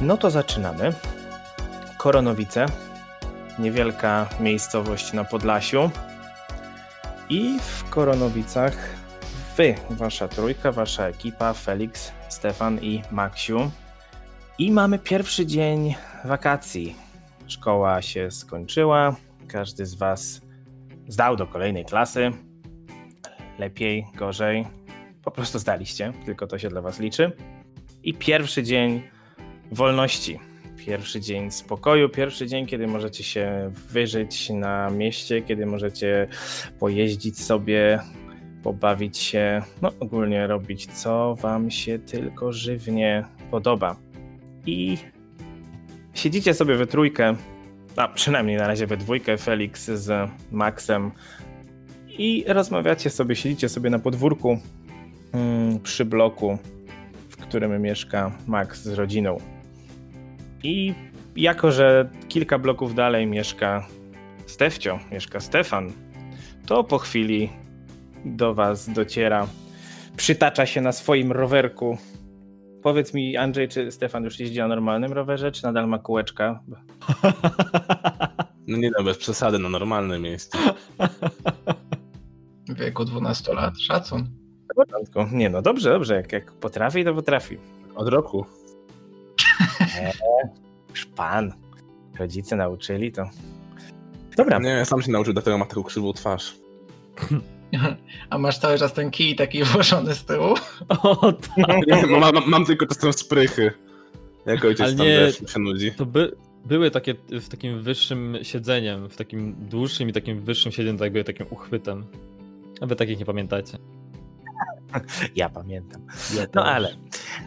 No to zaczynamy. Koronowice, niewielka miejscowość na Podlasiu. I w Koronowicach wy, wasza trójka, wasza ekipa, Felix, Stefan i Maksiu. I mamy pierwszy dzień wakacji. Szkoła się skończyła, każdy z was zdał do kolejnej klasy. Lepiej, gorzej, po prostu zdaliście, tylko to się dla was liczy. I pierwszy dzień wolności. Pierwszy dzień spokoju, pierwszy dzień, kiedy możecie się wyżyć na mieście, kiedy możecie pojeździć sobie, pobawić się, no ogólnie robić co wam się tylko żywnie podoba. I siedzicie sobie we trójkę, a przynajmniej na razie we dwójkę, Felix z Maxem i rozmawiacie sobie, siedzicie sobie na podwórku mm, przy bloku, w którym mieszka Max z rodziną. I jako, że kilka bloków dalej mieszka Stefcio, mieszka Stefan, to po chwili do was dociera, przytacza się na swoim rowerku. Powiedz mi, Andrzej, czy Stefan już jeździ na normalnym rowerze, czy nadal ma kółeczka? No nie no, bez przesady, na normalne miejsce. W wieku 12 lat. Szacun. W porządku. Nie no, dobrze, dobrze, jak, jak potrafi, to potrafi. Od roku. Już pan, rodzice nauczyli to. Dobra, Tak. Nie, ja sam się nauczył, dlatego ma taką krzywą twarz. A masz cały czas ten kij taki włożony z tyłu. O, tak. Nie, no, mam, mam tylko czasem sprychy. Jak ojciec Ale tam nie- wiesz, się nudzi. To by, były takie w takim wyższym siedzeniem, w takim dłuższym i takim wyższym siedzeniem, tak jakby takim uchwytem. A wy takich nie pamiętacie. ja pamiętam. Ja No też. ale.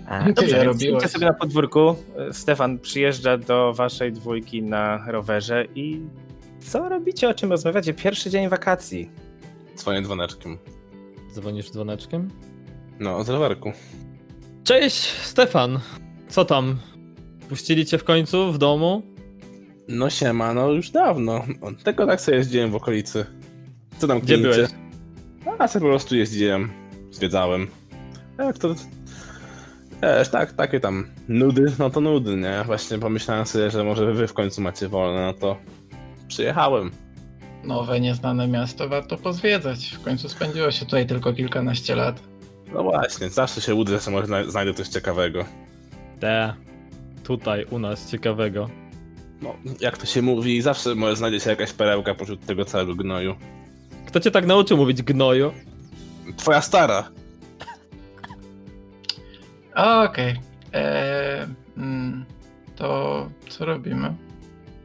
A, Ty Dobrze, ja więc robiłeś. siedzicie sobie na podwórku. Stefan przyjeżdża do waszej dwójki na rowerze i co robicie, o czym rozmawiacie? Pierwszy dzień wakacji. Swoim dzwoneczkiem. Dzwonisz dzwoneczkiem? No, z rowerku. Cześć, Stefan. Co tam? Puścili cię w końcu w domu? No siema, no już dawno. Tylko tak sobie jeździłem w okolicy. Co tam Gdzie kminicie? byłeś? A sobie po prostu jeździłem, zwiedzałem. Jak to... Wiesz, tak, takie tam nudy, no to nudy, nie? Właśnie pomyślałem sobie, że może wy w końcu macie wolne, no to przyjechałem. Nowe, nieznane miasto warto pozwiedzać. W końcu spędziło się tutaj tylko kilkanaście lat. No właśnie, zawsze się łudzę, że może zna- znajdę coś ciekawego. Te. Tutaj u nas ciekawego. No, jak to się mówi, zawsze może znajdzie się jakaś perełka pośród tego całego gnoju. Kto cię tak nauczył mówić gnoju? Twoja stara! A, Okej. Eee, mm, To co robimy?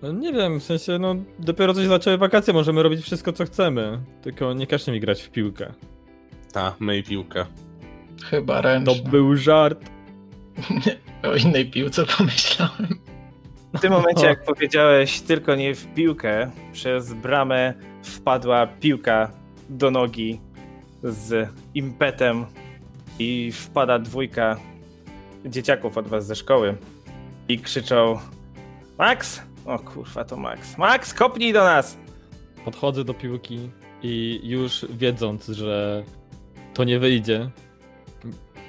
No, nie wiem, w sensie, no dopiero coś zaczęły wakacje, możemy robić wszystko co chcemy. Tylko nie każcie mi grać w piłkę. Ta, myj piłkę. Chyba No ręczne. był żart. O innej piłce pomyślałem. W tym momencie, jak powiedziałeś, tylko nie w piłkę, przez bramę wpadła piłka do nogi z impetem i wpada dwójka dzieciaków od was ze szkoły i krzyczą Max! O kurwa, to Max. Max, kopnij do nas! Podchodzę do piłki i już wiedząc, że to nie wyjdzie,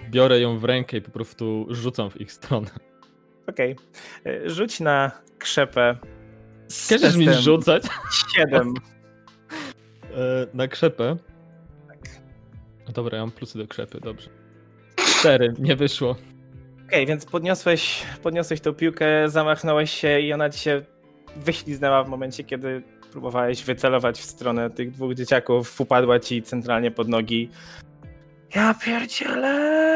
biorę ją w rękę i po prostu rzucam w ich stronę. Okej. Y, Rzuć na krzepę. z Każesz mi testem rzucać Siedem. e, na krzepę. No Dobra, ja mam plusy do krzepy, dobrze. Cztery, nie wyszło. Okej, więc podniosłeś, podniosłeś tą piłkę, zamachnąłeś się i ona ci się wyśliznęła w momencie, kiedy próbowałeś wycelować w stronę tych dwóch dzieciaków. Upadła ci centralnie pod nogi. Ja pierdzielę!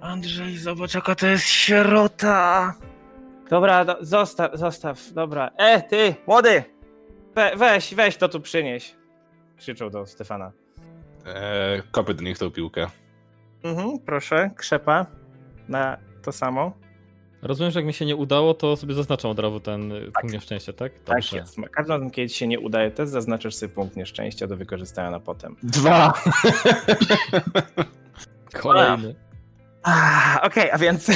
Andrzej, zobacz jaka to jest sierota! Dobra, do, zostaw, zostaw, dobra. E, ty, młody! We, weź, weź to tu przynieś! Krzyczał do Stefana. Eee, kopię do nich tą piłkę. Mhm, proszę, krzepa na to samo. Rozumiem, że jak mi się nie udało, to sobie zaznaczam od razu ten tak. punkt nieszczęścia, tak? Tak jest. Ma- Każdy razem, kiedy ci się nie udaje test, zaznaczasz sobie punkt nieszczęścia do wykorzystania na potem. Dwa! Kolejny. Ah, Okej, a więc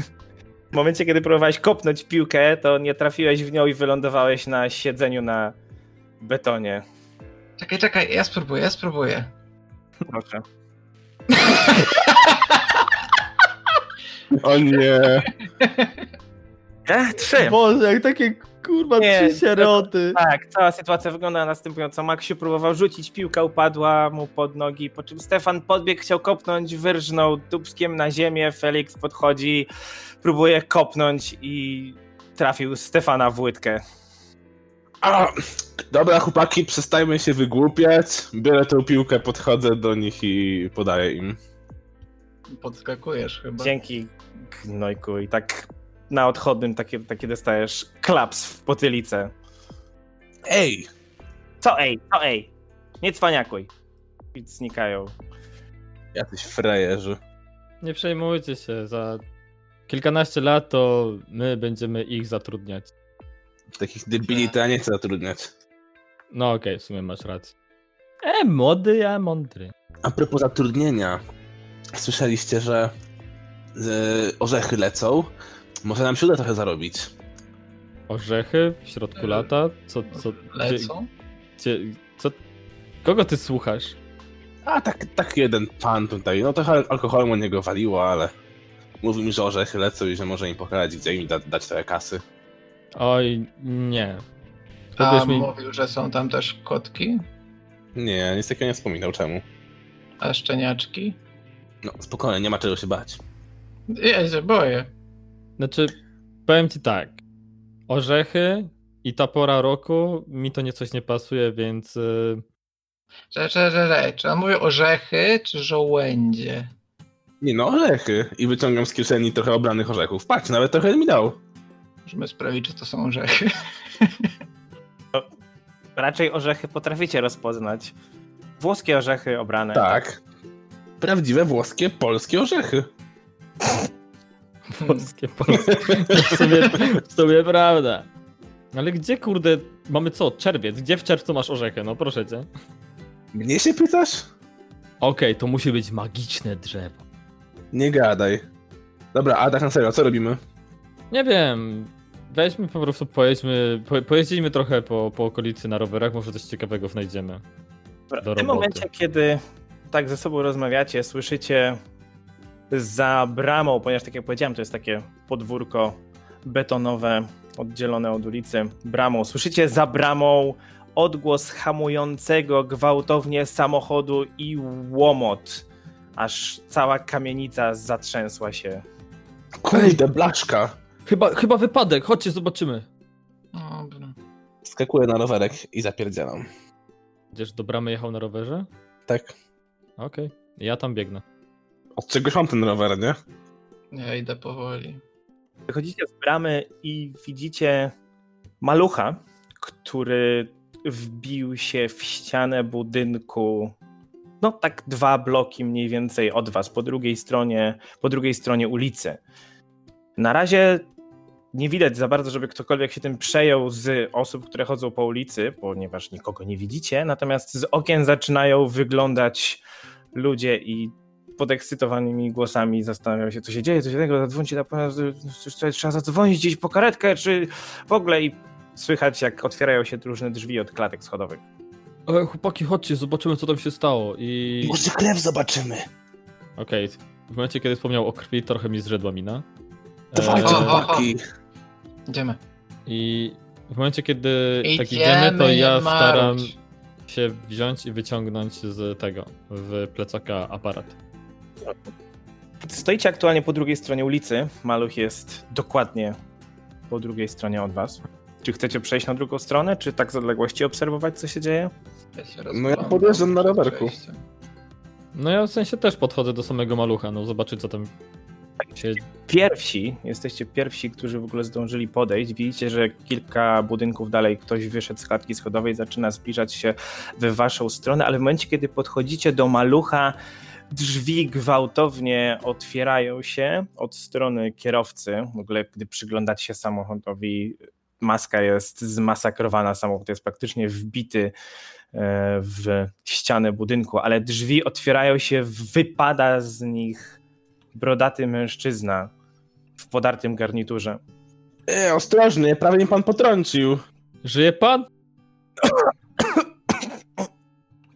w momencie, kiedy próbowałeś kopnąć piłkę, to nie trafiłeś w nią i wylądowałeś na siedzeniu na betonie. Czekaj, czekaj, ja spróbuję, ja spróbuję. Proszę. O nie. E, trzy. Boże, jak takie kurwa Nie, trzy sieroty. Tak, cała sytuacja wygląda następująco. Maksiu próbował rzucić, piłka upadła mu pod nogi, po czym Stefan podbiegł, chciał kopnąć, wyrżnął dubskiem na ziemię, Felix podchodzi, próbuje kopnąć i trafił Stefana w łydkę. A, dobra, chłopaki, przestajmy się wygłupiać. Biorę tą piłkę, podchodzę do nich i podaję im. Podskakujesz chyba. Dzięki gnojku i tak na odchodnym takie, takie dostajesz klaps w potylicę. Ej! Co ej, co ej, nie cwaniakuj. I znikają. Jacyś frejerzy. Nie przejmujcie się, za kilkanaście lat to my będziemy ich zatrudniać. Takich debili to ja nie chcę zatrudniać. No okej, w sumie masz rację. E, młody, ja mądry. A propos zatrudnienia, słyszeliście, że e, orzechy lecą? Może nam się uda trochę zarobić. Orzechy w środku E, lata? Co, co, gdzie, Lecą? gdzie, co, kogo ty słuchasz? A tak, tak jeden pan tutaj, no trochę alkoholem u niego waliło, ale mówił mi, że orzechy lecą i że może im pokazać, gdzie im da, dać trochę kasy. Oj, nie. A Powiesz mi, mówił, że są tam też kotki, Nie, nic takiego nie wspominał, czemu. a szczeniaczki. No spokojnie, nie ma czego się bać. Ja się boję. znaczy, powiem ci tak. Orzechy i ta pora roku, mi to niecoś nie pasuje, więc y, Że, że, że, że. Czy on mówi orzechy, czy żołędzie? Nie no, orzechy. I wyciągam z kieszeni trochę obranych orzechów. Patrz, nawet trochę mi dał. Możemy sprawdzić, czy to są orzechy. Raczej orzechy potraficie rozpoznać. Włoskie orzechy obrane. Tak. Prawdziwe włoskie, polskie orzechy. Hmm. polskie, polskie. w, sumie, w sumie prawda. Ale gdzie, kurde, mamy co, czerwiec? Gdzie w czerwcu masz orzechy? No proszę cię. Mnie się pytasz? Okej, to musi być magiczne drzewo. Nie gadaj. Dobra, a tak na serio, co robimy? Nie wiem. Weźmy po prostu, pojedźmy, po, pojeździmy trochę po, po okolicy na rowerach, może coś ciekawego znajdziemy. Dobra, do W tym roboty. momencie, kiedy tak ze sobą rozmawiacie, słyszycie za bramą, ponieważ tak jak powiedziałem, to jest takie podwórko betonowe, oddzielone od ulicy bramą. Słyszycie za bramą odgłos hamującego gwałtownie samochodu i łomot, aż cała kamienica zatrzęsła się. Kurde, blaszka! Chyba, chyba wypadek, chodźcie, zobaczymy. Dobra. Skakuję na rowerek i zapierdzielam. Będziesz do bramy jechał na rowerze? Tak. Okej, ja tam biegnę. Od czegoś mam ten rower, nie? Ja idę powoli. Wychodzicie z bramy i widzicie malucha, który wbił się w ścianę budynku. No tak dwa bloki mniej więcej od was, po drugiej stronie, po drugiej stronie ulicy. Na razie nie widać za bardzo, żeby ktokolwiek się tym przejął z osób, które chodzą po ulicy, ponieważ nikogo nie widzicie. Natomiast z okien zaczynają wyglądać ludzie i podekscytowanymi głosami zastanawiają się, co się dzieje, co się tego, zadzwońcie na pana, coś tutaj trzeba zadzwonić gdzieś po karetkę, czy w ogóle i słychać, jak otwierają się różne drzwi od klatek schodowych. E, chłopaki, chodźcie, zobaczymy, co tam się stało. I. Może krew zobaczymy. Okej, w momencie, kiedy wspomniał o krwi, trochę mi zrzedła mina. E, Dawajcie, Eee. chłopaki. Idziemy. I w momencie, kiedy tak Idziemy, idziemy, to nie ja staram marudź. się wziąć i wyciągnąć z tego, w plecaka aparat. Stoicie aktualnie po drugiej stronie ulicy, Maluch jest dokładnie po drugiej stronie od was. Czy chcecie przejść na drugą stronę, czy tak z odległości obserwować, co się dzieje? Ja się No ja rozglądam podjeżdżam na przed rowerku. przejściem. No ja w sensie też podchodzę do samego malucha, no zobaczyć, co tam się Pierwsi, jesteście pierwsi, którzy w ogóle zdążyli podejść. Widzicie, że kilka budynków dalej ktoś wyszedł z klatki schodowej, zaczyna zbliżać się w waszą stronę, ale w momencie, kiedy podchodzicie do malucha, drzwi gwałtownie otwierają się od strony kierowcy. W ogóle, gdy przyglądacie się samochodowi, maska jest zmasakrowana, samochód jest praktycznie wbity e, w ścianę budynku, ale drzwi otwierają się, wypada z nich brodaty mężczyzna w podartym garniturze. E, ostrożny, prawie mnie pan potrącił. Żyje pan?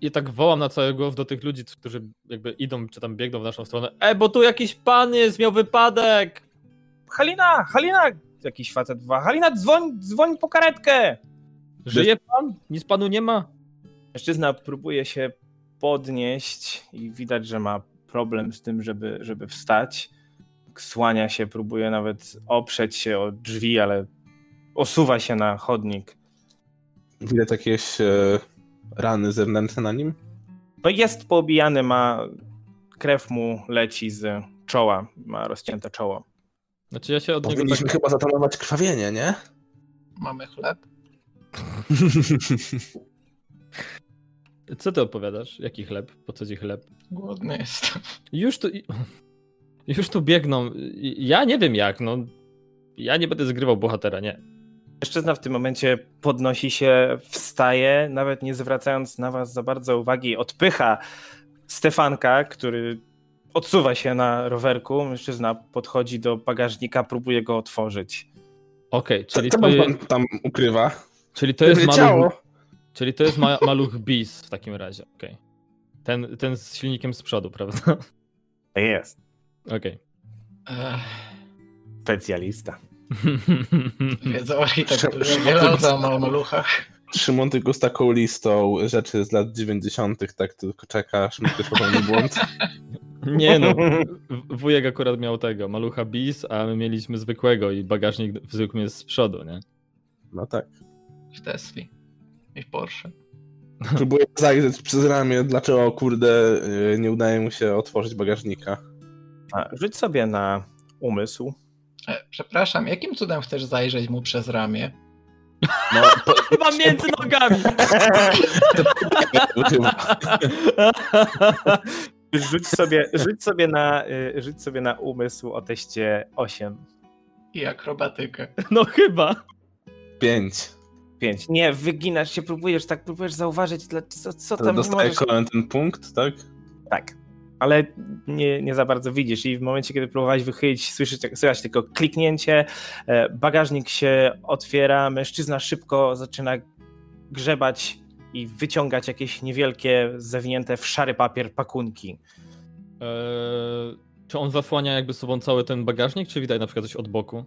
I tak wołam na cały głos do tych ludzi, którzy jakby idą czy tam biegną w naszą stronę. E, bo tu jakiś pan jest, miał wypadek! Halina, Halina! Jakiś facet dwa. Halina, dzwoń, dzwoń po karetkę! Żyje pan? Nic panu nie ma? Mężczyzna próbuje się podnieść i widać, że ma problem z tym, żeby, żeby wstać. Słania się, próbuje nawet oprzeć się o drzwi, ale osuwa się na chodnik. Widać jakieś e, rany zewnętrzne na nim? No jest poobijany, ma krew mu leci z czoła, ma rozcięte czoło. Znaczy ja się od niego Powinniśmy tak... chyba zatamować krwawienie, nie? Mamy chleb. Co ty opowiadasz? Jaki chleb? Po co ci chleb? Głodny jestem. Już tu... Już tu biegną. I- Ja nie wiem jak, no. Ja nie będę zgrywał bohatera, nie. Mężczyzna w tym momencie podnosi się, wstaje, nawet nie zwracając na was za bardzo uwagi, odpycha Stefanka, który odsuwa się na rowerku. Mężczyzna podchodzi do bagażnika, próbuje go otworzyć. Okej, Co, czyli, co to pan, je- pan tam ukrywa? czyli to jest maluch, ciało. Czyli to jest ma- maluch bis w takim razie, okej. Ten, ten z silnikiem z przodu, prawda? Jest, Okej. Ech, specjalista. Hmm. wiedza o architekturze. Szybko, Wiele szybko. znam o maluchach. Szymon tylko z taką listą rzeczy z lat 90. tak tylko czekasz, myślisz popełnił błąd. Nie no, w- wujek akurat miał tego, malucha bis, a my mieliśmy zwykłego i bagażnik w zwykłym jest z przodu, nie? No tak. W Tesli. I w Porsche. Próbuję zajrzeć przez ramię, dlaczego kurde y, nie udaje mu się otworzyć bagażnika. A, Rzuć sobie na umysł. E, przepraszam, jakim cudem chcesz zajrzeć mu przez ramię? No, po, Chyba między nogami! to chyba. Rzuć sobie, rzuć sobie, na, y, rzuć sobie na umysł o teście 8. I akrobatykę. No chyba. Pięć. 5. Nie, wyginasz się, próbujesz tak, próbujesz zauważyć, dla- co, co To tam nie dostaję możesz. kolejny ten punkt, tak? Tak. Ale nie, nie za bardzo widzisz i w momencie, kiedy próbowałeś wychylić, słyszysz, słychać tylko kliknięcie, e, bagażnik się otwiera, mężczyzna szybko zaczyna grzebać i wyciągać jakieś niewielkie, zawinięte w szary papier pakunki. Eee, czy on zasłania jakby sobą cały ten bagażnik, czy widać na przykład coś od boku?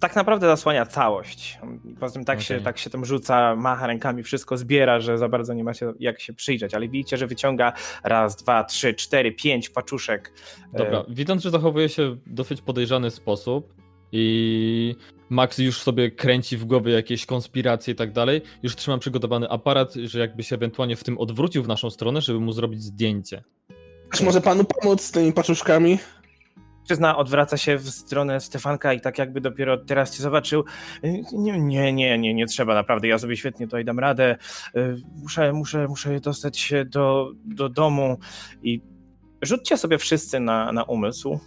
Tak naprawdę zasłania całość. Poza tym tak, się, Okej. tak się tam rzuca, macha rękami, wszystko zbiera, że za bardzo nie macie jak się przyjrzeć, ale widzicie, że wyciąga raz, dwa, trzy, cztery, pięć paczuszek. e, Dobra, widząc, że zachowuje się w dosyć podejrzany sposób i Max już sobie kręci w głowie jakieś konspiracje i tak dalej, już trzymam przygotowany aparat, że jakby się ewentualnie w tym odwrócił w naszą stronę, żeby mu zrobić zdjęcie. Czy może panu pomóc z tymi paczuszkami? Mężczyzna odwraca się w stronę Stefanka i tak jakby dopiero teraz cię zobaczył. Nie, nie, nie, nie, nie trzeba naprawdę, ja sobie świetnie tutaj dam radę. Y, Muszę, muszę, muszę dostać się do, do domu i rzućcie sobie wszyscy na, na umysł.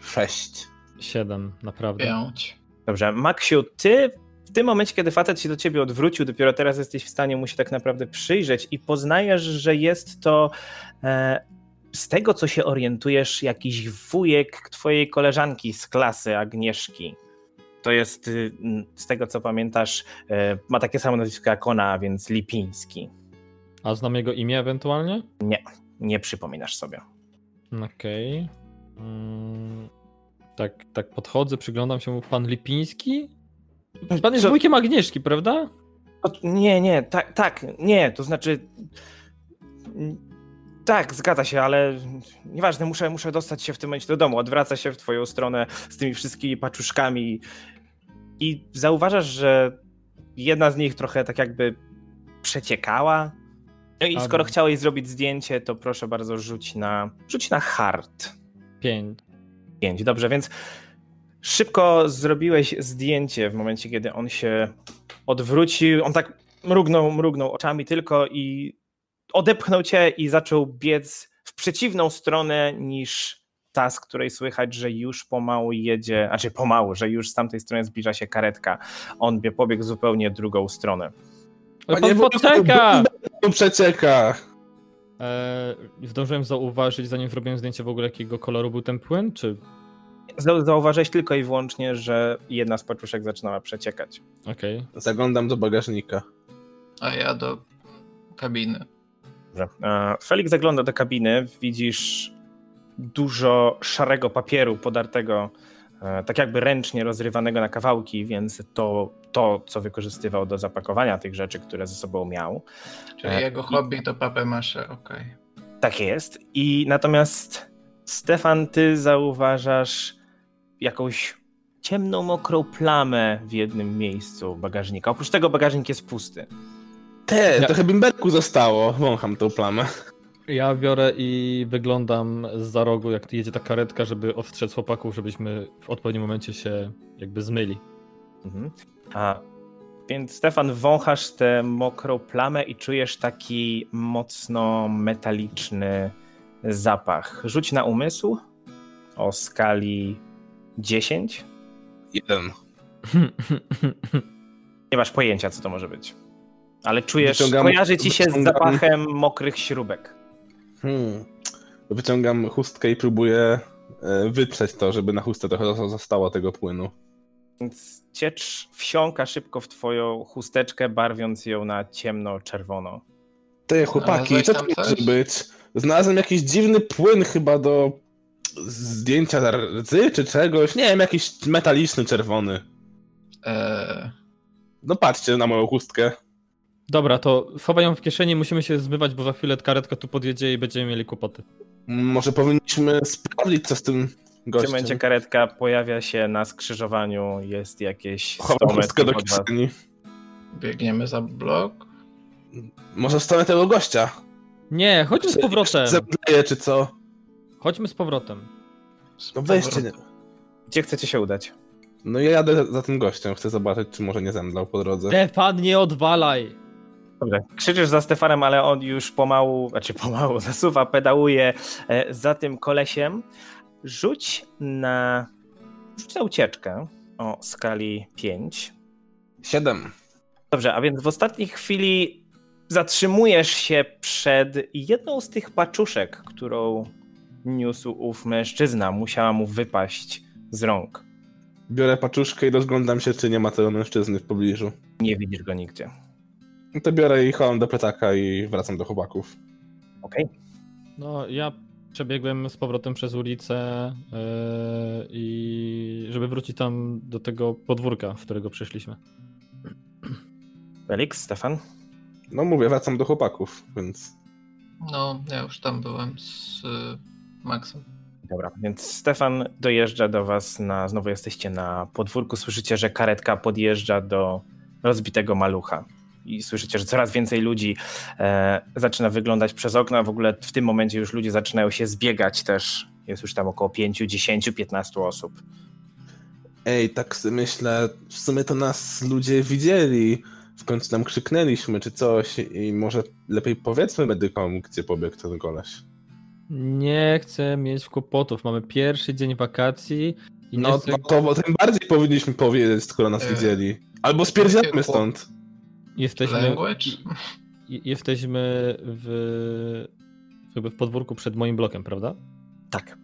Sześć. Siedem, naprawdę. Pięć. Dobrze, Maksiu, ty w tym momencie, kiedy facet się do ciebie odwrócił, dopiero teraz jesteś w stanie mu się tak naprawdę przyjrzeć i poznajesz, że jest to e, z tego, co się orientujesz, jakiś wujek twojej koleżanki z klasy, Agnieszki. To jest, y, m, z tego co pamiętasz, e, ma takie samo nazwisko jak ona, a więc Lipiński. A znam jego imię ewentualnie? Nie przypominasz sobie. Okej. Mm, tak, tak podchodzę, przyglądam się. Pan Lipiński? Pan jest Co- wujkiem Agnieszki, prawda? O, nie, nie, tak, tak, nie, to znaczy. m, Tak, zgadza się, ale nieważne, muszę, muszę dostać się w tym momencie do domu. Odwraca się w twoją stronę z tymi wszystkimi paczuszkami i zauważasz, że jedna z nich trochę tak jakby przeciekała. No i A- skoro chciałeś zrobić zdjęcie, to proszę bardzo rzuć na, rzuć na hard. Pięć. Pięć, dobrze, więc szybko zrobiłeś zdjęcie w momencie, kiedy on się odwrócił. On tak mrugnął, mrugnął oczami tylko i odepchnął cię i zaczął biec w przeciwną stronę niż ta, z której słychać, że już pomału jedzie, znaczy pomału, że już z tamtej strony zbliża się karetka. On by pobiegł zupełnie drugą stronę. Ale Panie pan Wójciku, poczeka! Tu przecieka! E, zdążyłem zauważyć, zanim zrobiłem zdjęcie w ogóle, jakiego koloru był ten płyn, czy... Zau- Zauważyłeś tylko i wyłącznie, że jedna z paczuszek zaczynała przeciekać. Okej. Zaglądam do bagażnika. A ja do kabiny. Dobrze. E, Felix zagląda do kabiny. Widzisz dużo szarego papieru podartego, e, tak jakby ręcznie rozrywanego na kawałki, więc to, to co wykorzystywał do zapakowania tych rzeczy, które ze sobą miał. Czyli E, jego hobby to papę maszę, okej. Tak jest. I natomiast Stefan, ty zauważasz jakąś ciemną, mokrą plamę w jednym miejscu bagażnika. Oprócz tego bagażnik jest pusty. Te, Ja- trochę bimberku zostało. Wącham tą plamę. Ja biorę i wyglądam za rogu, jak jedzie ta karetka, żeby ostrzec chłopaków, żebyśmy w odpowiednim momencie się jakby zmyli. Mhm. A, więc Stefan, wąchasz tę mokrą plamę i czujesz taki mocno metaliczny zapach. Rzuć na umysł o skali 10. Jeden. Nie masz pojęcia, co to może być. Ale czujesz, Wyciągam- kojarzy ci się z wyciągam- zapachem mokrych śrubek. Hmm. Wyciągam chustkę i próbuję e, wytrzeć to, żeby na chustce trochę zo- zostało tego płynu. Więc ciecz wsiąka szybko w twoją chusteczkę, barwiąc ją na ciemno-czerwono. Te chłopaki, znalazłeś co to No, tam może coś? być? Znalazłem jakiś dziwny płyn chyba do zdjęcia rdzy czy czegoś. Nie wiem, jakiś metaliczny czerwony. Okay. No patrzcie na moją chustkę. Dobra, to chowaj ją w kieszeni, musimy się zmywać, bo za chwilę karetka tu podjedzie i będziemy mieli kłopoty. Może powinniśmy sprawdzić, co z tym W tym gościem. momencie karetka pojawia się na skrzyżowaniu, jest jakieś 100 Chowam chustkę do metrów od was. kieszeni. Biegniemy za blok. Może w stronę tego gościa. Nie, chodźmy z powrotem. Zemdleje czy co? Chodźmy z powrotem. Z No weźcie. powrotem. nie- Gdzie chcecie się udać? No ja jadę za- za tym gościem, chcę zobaczyć, czy może nie zemdlał po drodze. Stefan, nie odwalaj! Dobra. Krzyczysz za Stefanem, ale on już pomału, znaczy pomału zasuwa, pedałuje e, za tym kolesiem. Rzuć na, rzuć na ucieczkę o skali 5. Siedem. Dobrze, a więc w ostatniej chwili zatrzymujesz się przed jedną z tych paczuszek, którą niósł ów mężczyzna. Musiała mu wypaść z rąk. Biorę paczuszkę i rozglądam się, czy nie ma tego mężczyzny w pobliżu. Nie widzisz go nigdzie. No to biorę i chowam do plecaka i wracam do chłopaków. Okej. No, ja przebiegłem z powrotem przez ulicę yy, i żeby wrócić tam do tego podwórka, w którego przyszliśmy. Felix, Stefan? No mówię, wracam do chłopaków, więc... No, ja już tam byłem z y, Maxem. Dobra, więc Stefan dojeżdża do was na, znowu jesteście na podwórku, słyszycie, że karetka podjeżdża do rozbitego malucha i słyszycie, że coraz więcej ludzi e, zaczyna wyglądać przez okna, w ogóle w tym momencie już ludzie zaczynają się zbiegać też, jest już tam około 5, 10, 15 osób. Ej, tak sobie myślę, w sumie to nas ludzie widzieli. W końcu nam krzyknęliśmy czy coś i może lepiej powiedzmy medykom, gdzie pobiegł ten koleś. Nie chcę mieć kłopotów. Mamy pierwszy dzień wakacji i nie No, chcę... no to bo tym bardziej powinniśmy powiedzieć, skoro nas Eee. widzieli. Albo spierdzielamy stąd. jesteśmy, Language? i- jesteśmy w, jakby w podwórku przed moim blokiem, prawda? Tak.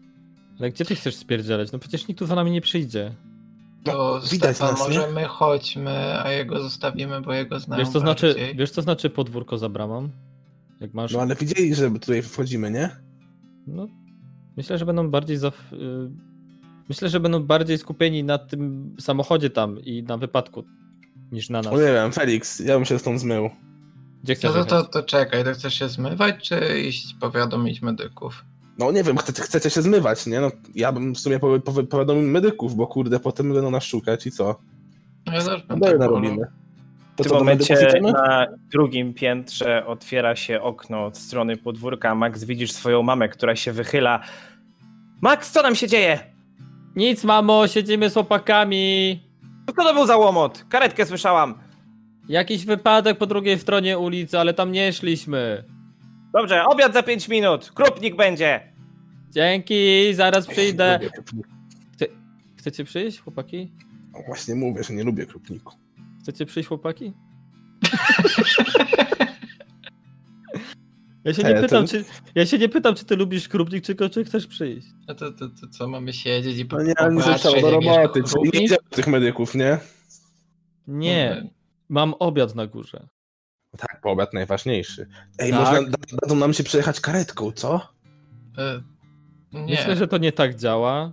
Ale gdzie ty chcesz spierdzielać? No przecież nikt tu za nami nie przyjdzie. To No, widać Stefan, nas, nie? może my chodźmy, a jego zostawimy, bo jego No, znają Wiesz co, znaczy, bardziej. wiesz, co znaczy podwórko za bramą? Jak masz... No ale widzieli, że tutaj wchodzimy, nie? No, myślę, że będą bardziej za... y, Myślę, że będą bardziej skupieni na tym samochodzie tam i na wypadku niż na nas. No nie wiem, Felix, ja bym się stąd zmył. Gdzie chcesz No to, to, jechać? to czekaj, to chcesz się zmywać, czy iść powiadomić medyków? No nie wiem, chcecie, chcecie się zmywać, nie? No ja bym w sumie powie- powie- powiadomił medyków, bo kurde, potem będą nas szukać i co? No ja też bym No tak narobimy. W To tym co, do medyków momencie idziemy? na drugim piętrze otwiera się okno od strony podwórka. Max, widzisz swoją mamę, która się wychyla. Max, co nam się dzieje? Nic, mamo, siedzimy z chłopakami. Co to był za łomot? Karetkę słyszałam. Jakiś wypadek po drugiej stronie ulicy, ale tam nie szliśmy. Dobrze, obiad za 5 minut. Krupnik będzie. Dzięki, zaraz przyjdę. No Nie lubię krupniku. Chcecie przyjść, chłopaki? No Właśnie mówię, że nie lubię krupniku. Chcecie przyjść, chłopaki? Ja się, E, nie to- pytam, czy, ja się nie pytam, czy ty lubisz krupnik, tylko czy chcesz przyjść. A No to, to, to co, mamy siedzieć i No nie, ale nie popatrzeć, zostało do jak jest roboty. Czyli krupnik? nie działa tych medyków, nie? No. Nie, mam obiad na górze. Tak, bo obiad najważniejszy. Ej, Tak. można, da- dadzą nam się przejechać karetką, co? E, Nie, Myślę, że to nie tak działa.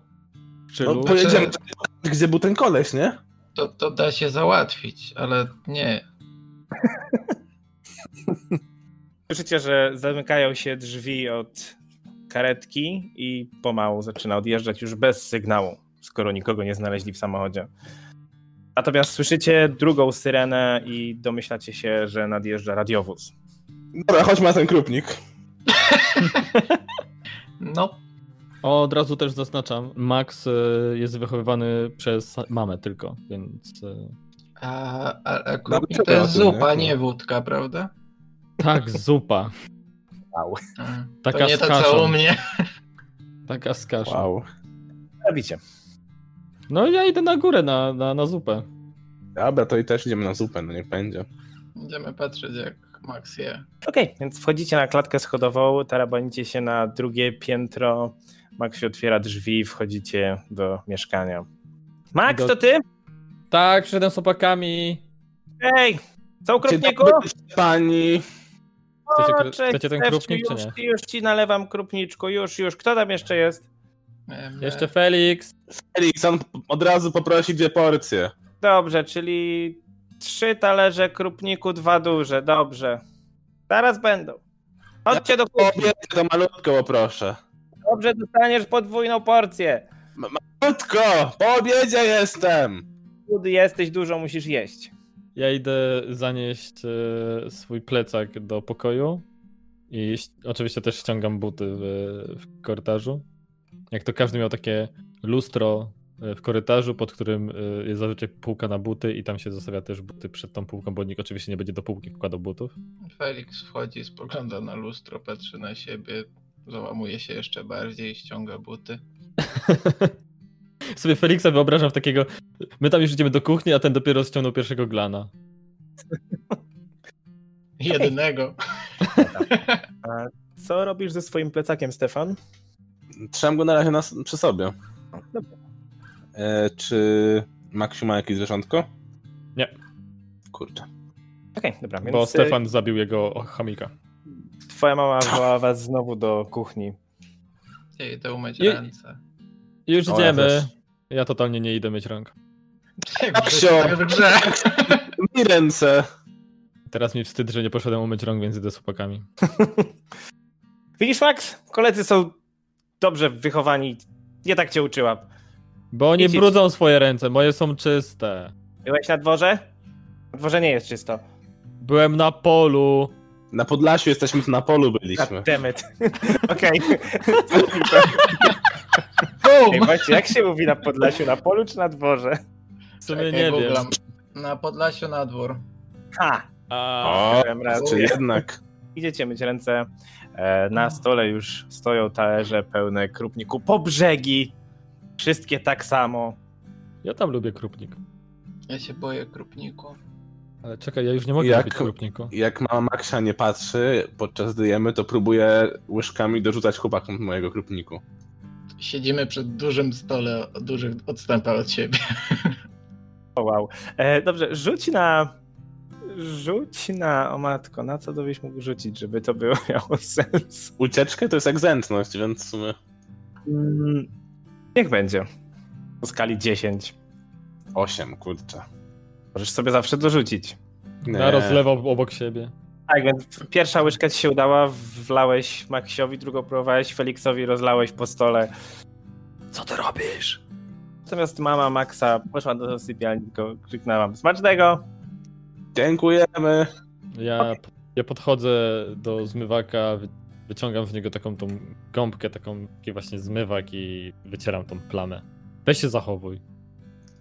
Czylu? No, pojedziemy tam, gdzie był ten koleś, nie? to, to da się załatwić, ale nie. Słyszycie, że zamykają się drzwi od karetki i pomału zaczyna odjeżdżać już bez sygnału, skoro nikogo nie znaleźli w samochodzie. Natomiast słyszycie drugą syrenę i domyślacie się, że nadjeżdża radiowóz. Dobra, chodźmy na ten krupnik. No, O, od razu też zaznaczam, Max y, jest wychowywany przez mamę tylko, więc... y, a, a, a krupnik to trzeba o jest tym, nie? zupa, No. nie wódka, prawda? Tak, zupa. E, Taka to nie z to, co u kaszą. mnie. Taka z kaszą. Wow. Robicie. No ja idę na górę na, na, na zupę. Dobra, to i też idziemy na zupę, no niech będzie. Będziemy patrzeć, jak Max je. Okej, więc wchodzicie na klatkę schodową, tarabanicie się na drugie piętro. Max się otwiera drzwi, wchodzicie do mieszkania. Max, Do- to ty? Tak, przyszedłem z chłopakami. Ej, co u tak krupniku? Pani. Chcecie, O, kru- czek, chcecie ten Stefciu, krupnik, czy już, nie? ci- Już ci nalewam krupniczku, już, już. Kto tam jeszcze jest? E, Jeszcze Felix. Felix, on od razu poprosi dwie porcje. Dobrze, czyli trzy talerze krupniku, dwa duże, dobrze. Zaraz będą. Chodźcie do kuchni. Obie to malutko poproszę. Dobrze, dostaniesz podwójną porcję. Malutko! Po obiedzie jestem! Chudy jesteś, dużo musisz jeść. Ja idę zanieść e, swój plecak do pokoju i ś- oczywiście też ściągam buty w, w korytarzu. Jak to każdy miał takie lustro e, w korytarzu, pod którym e, jest zazwyczaj półka na buty i tam się zostawia też buty przed tą półką, bo nikt oczywiście nie będzie do półki wkładał butów. Felix wchodzi, spogląda na lustro, patrzy na siebie, załamuje się jeszcze bardziej, ściąga buty. Sobie Feliksa wyobrażam w takiego, my tam już idziemy do kuchni, a ten dopiero ściągnął pierwszego glana. Jedynego. Co robisz ze swoim plecakiem, Stefan? Trzymam go na razie na, przy sobie. E, czy Maksiu ma jakieś zwierzątko? Nie. Kurczę. Okej, dobra, więc Bo y, Stefan zabił jego o- chomika. twoja mama woła was znowu do kuchni. Ja idę umyć Je- ręce. I już O, ja idziemy. też. Ja, totalnie nie idę myć rąk. Jak w życiu, Maksio! tak w grze. Mi ręce! Teraz mi wstyd, że nie poszedłem umyć rąk, więc idę z chłopakami. Widzisz, Max? Koledzy są dobrze wychowani. Nie tak cię uczyłam. Bo nie Idź, idź. brudzą swoje ręce, moje są czyste. Byłeś na dworze? Na dworze nie jest czysto. Byłem na polu. Na Podlasiu jesteśmy, to na polu byliśmy. Tak, Demet. Okej. Ej, Boom! Właśnie, jak się mówi na Podlasiu? Na polu czy na dworze? W sumie Czekaj, nie wiem. googlam. Na Podlasiu na dwór. Ha! A, O, Byłem czy raczej. jednak. Idziecie myć ręce. E, Na stole już stoją talerze pełne krupniku po brzegi. Wszystkie tak samo. ja tam lubię krupnik. Ja się boję krupniku. Ale czekaj, ja już nie mogę Jak- lubić krupniku. Jak mama Maksia nie patrzy, podczas dyjemy, to próbuje łyżkami dorzucać chłopakom z mojego krupniku. Siedzimy przy dużym stole, o dużych odstępach od siebie. O, wow. E, Dobrze, rzuć na... Rzuć na... O matko, na co to byś mógł rzucić, żeby to było miało sens? Ucieczkę to jest egzentność, więc w sumie Mm, Niech będzie. O skali 10. 8, kurczę. Możesz sobie zawsze dorzucić. Nie. Na rozlewo obok siebie. Tak, więc pierwsza łyżka ci się udała, wlałeś Maxiowi, drugą próbowałeś Felixowi, rozlałeś po stole. Co ty robisz? Natomiast mama Maxa poszła do sypialni, tylko krzyknęła smacznego. Dziękujemy. Ja, ja podchodzę do zmywaka, wy- wyciągam z niego taką tą gąbkę, taką, taki właśnie zmywak i wycieram tą plamę. Weź się zachowuj.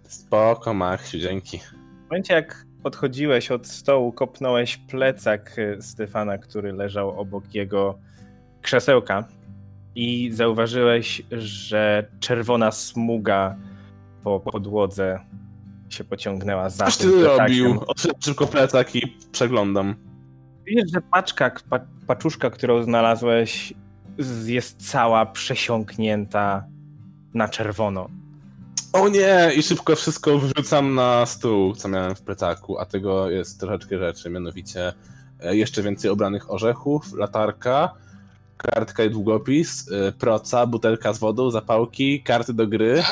Spoko, Maksiu, dzięki. W momencie jak odchodziłeś od stołu, kopnąłeś plecak y, Stefana, który leżał obok jego krzesełka i zauważyłeś, że czerwona smuga po podłodze się pociągnęła za Coś tym ty plecakiem. robił? Otwieram szybko plecak i przeglądam. Widzisz, że paczka, pa, paczuszka, którą znalazłeś, z- jest cała przesiąknięta na czerwono. O nie! I szybko wszystko wrzucam na stół, co miałem w plecaku, a tego jest troszeczkę rzeczy, mianowicie e, jeszcze więcej obranych orzechów, latarka, kartka i długopis, e, proca, butelka z wodą, zapałki, karty do gry,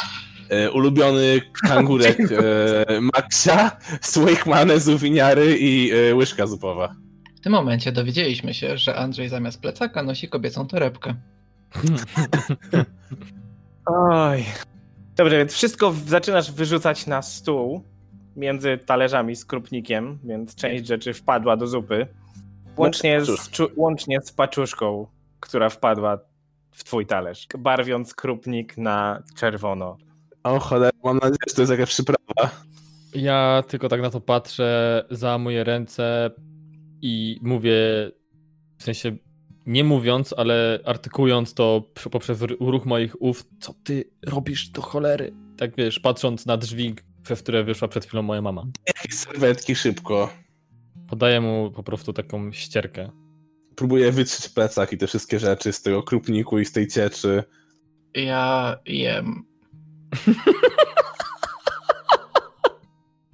e, ulubiony kangurek e, Maxa, słoikmane, zuwiniary i e, łyżka zupowa. W tym momencie dowiedzieliśmy się, że Andrzej zamiast plecaka nosi kobiecą torebkę. Hmm. Oj. Dobrze, więc wszystko w- zaczynasz wyrzucać na stół między talerzami z krupnikiem, więc część rzeczy wpadła do zupy. Łącznie z, cóż. czu, łącznie z paczuszką, która wpadła w twój talerz, barwiąc krupnik na czerwono. O cholera, mam nadzieję, że to jest jakaś przyprawa. Ja tylko tak na to patrzę, załamuję ręce i mówię, w sensie nie mówiąc, ale artykując to przy- poprzez r- ruch moich ów, co ty robisz do cholery? Tak wiesz, patrząc na drzwi, przez które wyszła przed chwilą moja mama. Jakieś serwetki szybko. Podaję mu po prostu taką ścierkę. Próbuję wytrzeć plecak i te wszystkie rzeczy z tego krupniku i z tej cieczy. Ja jem.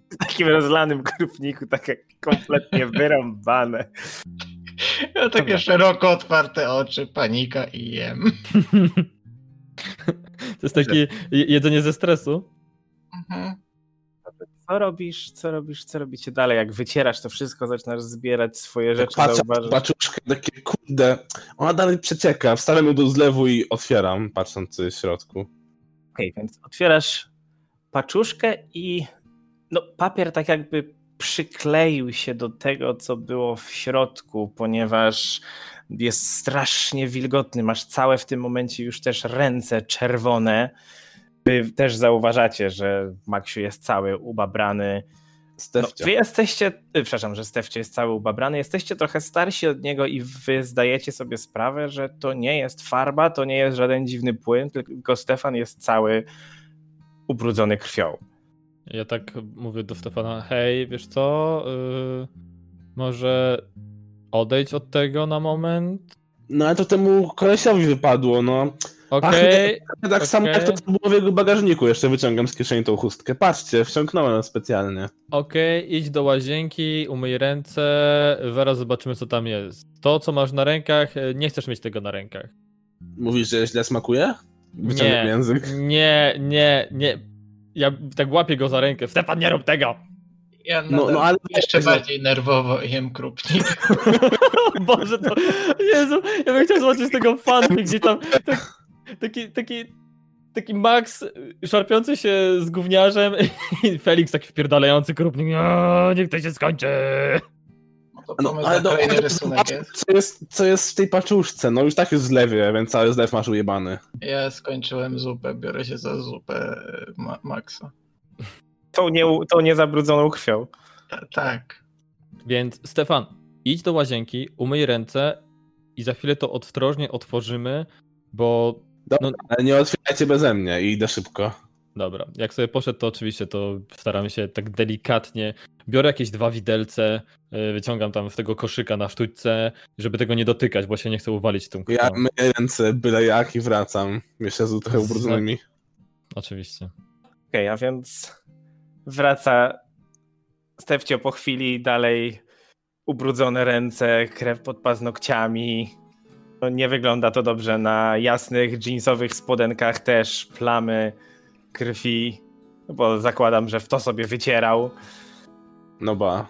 W takim rozlanym krupniku, takie kompletnie wyrąbane. Ja takie Dobra. szeroko otwarte oczy, panika i jem. To jest takie je- jedzenie ze stresu. Mhm. Co robisz, co robisz, co robicie dalej? Jak wycierasz to wszystko, zaczynasz zbierać swoje rzeczy, Tak, Patrzę zauważysz. na paczuszkę, takie kurde, ona dalej przecieka, wstawiam ją do zlewu i otwieram, patrząc co jest w środku. Okej, więc otwierasz paczuszkę i no, papier tak jakby przykleił się do tego, co było w środku, ponieważ jest strasznie wilgotny. Masz całe w tym momencie już też ręce czerwone. Wy też zauważacie, że Maksiu jest cały ubabrany. No, Stefcia. wy jesteście, y, przepraszam, że Stefcie jest cały ubabrany, jesteście trochę starsi od niego i wy zdajecie sobie sprawę, że to nie jest farba, to nie jest żaden dziwny płyn, tylko Stefan jest cały ubrudzony krwią. Ja tak mówię do Stefana, hej, wiesz co, yy, może odejdź od tego na moment? no ale to temu kolesiowi wypadło, no. Okej, Ja tak samo Okej. jak to co było w jego bagażniku, jeszcze wyciągam z kieszeni tą chustkę. Patrzcie, wciągnąłem specjalnie. Okej, idź do łazienki, umyj ręce, zaraz zobaczymy co tam jest. To co masz na rękach, e, nie chcesz mieć tego na rękach. Mówisz, że źle smakuje? Wyciągam Nie. język. Nie, nie, nie. Ja tak łapię go za rękę. Stefan, nie rób tego! Ja No, no ale... ale jeszcze bardziej nerwowo jem krupnik. O Boże, to... Jezu, ja bym chciał zobaczyć tego fanfic, gdzie tam tak, taki, taki, taki Max szarpiący się z gówniarzem i Felix taki wpierdalający krupnik. "O, Niech to się skończy! To No, pomysł ale na no, kolejny ale rysunek zobacz, jest. co jest, co jest w tej paczuszce? No już tak jest w zlewie, więc cały zlew masz ujebany. Ja skończyłem zupę, biorę się za zupę e, ma Maxa. Tą, nie, tą niezabrudzoną krwią. Ta, tak. Więc Stefan, idź do łazienki, umyj ręce i za chwilę to ostrożnie otworzymy, bo Ale nie otwierajcie beze mnie i idę szybko. Dobra, jak sobie poszedł, to oczywiście to staram się tak delikatnie. Biorę jakieś dwa widelce, y, wyciągam tam z tego koszyka na sztućce, żeby tego nie dotykać, bo się nie chcę uwalić tym krwią. Ja myję ręce byle jak i wracam. Jeszcze z trochę ubrudzonymi. Oczywiście. Okej, a więc wraca Stefcio po chwili, dalej ubrudzone ręce, krew pod paznokciami. No, nie wygląda to dobrze na jasnych jeansowych spodenkach też plamy krwi, no bo zakładam, że w to sobie wycierał. No ba.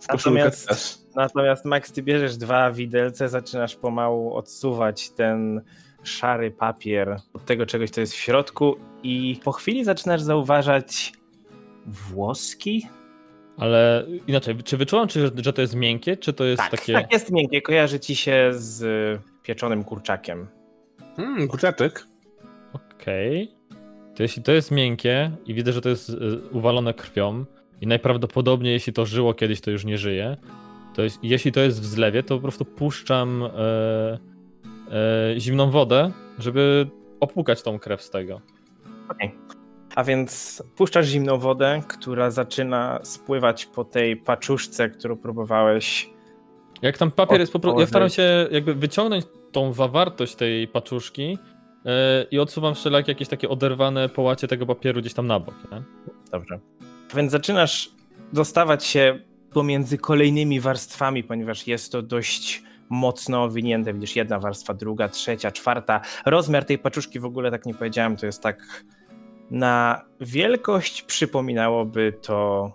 W koszulkę Natomiast- też. Natomiast Max, ty bierzesz dwa widelce, zaczynasz pomału odsuwać ten szary papier od tego czegoś, co jest w środku i po chwili zaczynasz zauważać włoski? Ale inaczej, czy wyczułam, czy, że to jest miękkie, czy to jest tak, takie. tak, jest miękkie, kojarzy ci się z y, pieczonym kurczakiem. Hmm, kurczaczek. Okej. To jeśli to jest miękkie i widzę, że to jest y, uwalone krwią, i najprawdopodobniej jeśli to żyło kiedyś, to już nie żyje. To jest, jeśli to jest w zlewie, to po prostu puszczam e, e, zimną wodę żeby opłukać tą krew z tego. A więc puszczasz zimną wodę, która zaczyna spływać po tej paczuszce, którą próbowałeś. Jak tam papier jest po prostu. Ja Odłożyć. staram się jakby wyciągnąć tą zawartość tej paczuszki e, i odsuwam wszelakie jakieś takie oderwane połacie tego papieru gdzieś tam na bok. Nie? Dobrze. A więc zaczynasz dostawać się pomiędzy kolejnymi warstwami, ponieważ jest to dość mocno owinięte. Widzisz, jedna warstwa, druga, trzecia, czwarta. Rozmiar tej paczuszki w ogóle tak nie powiedziałem, to jest tak na wielkość przypominałoby to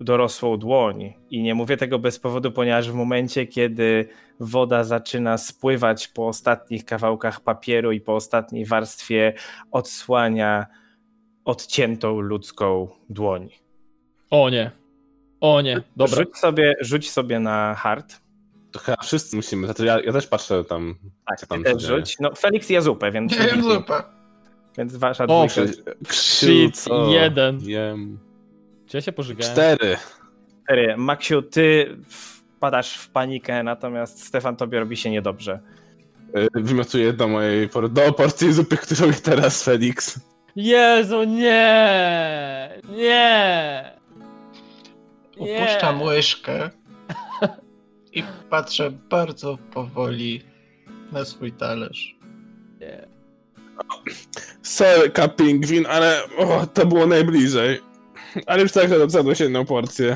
dorosłą dłoń. I nie mówię tego bez powodu, ponieważ w momencie, kiedy woda zaczyna spływać po ostatnich kawałkach papieru i po ostatniej warstwie odsłania odciętą ludzką dłoń. O nie. O nie. Dobra. Rzuć sobie, rzuć sobie na hard. To chyba wszyscy musimy, znaczy ja, ja też patrzę tam. Tak, Co tam ty się też dzieje? rzuć. No, Felix je zupę, więc, Nie wiem, zupa. więc wasza O, dwójka. Krzył, Shit, jeden. Wiem. Czy ja się pożygałem? Cztery. cztery. Maksiu, ty wpadasz w panikę, natomiast Stefan, tobie robi się niedobrze. Y, Wymiotuję do mojej por- do porcji zupy, którą je teraz Felix. Jezu, nie! Nie! Nie. Opuszczam łyżkę i patrzę bardzo powoli na swój talerz. nie. Serka pingwin, ale o, to było najbliżej. Ale już tak zjadłeś jedną porcję.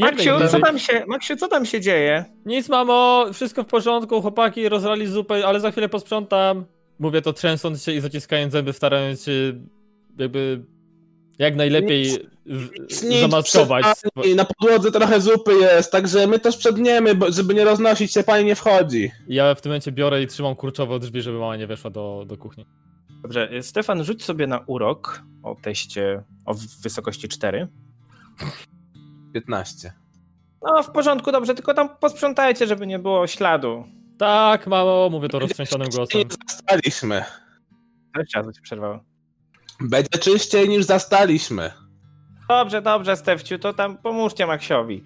Maksiu, Jednej co dalej. tam się, Maksiu, co tam się dzieje? Nic, mamo, wszystko w porządku, chłopaki rozlali zupę, ale za chwilę posprzątam. Mówię to trzęsąc się i zaciskając zęby, starając się jakby jak najlepiej w- zamaskować. przed nami, na podłodze trochę zupy jest, także my też przedniemy, bo, żeby nie roznosić się, pani nie wchodzi. Ja w tym momencie biorę i trzymam kurczowo drzwi, żeby mama nie weszła do, do kuchni. Dobrze, y, Stefan, rzuć sobie na urok o teście o w- wysokości 4. 15. No, w porządku, dobrze, tylko tam posprzątajcie, żeby nie było śladu. Tak, mamo, mówię to roztrzęsionym głosem. Nie zastaliśmy. Jeszcze raz cię przerwało. Będzie czyściej niż zastaliśmy. Dobrze, dobrze, Stefciu, to tam pomóżcie Maksiowi.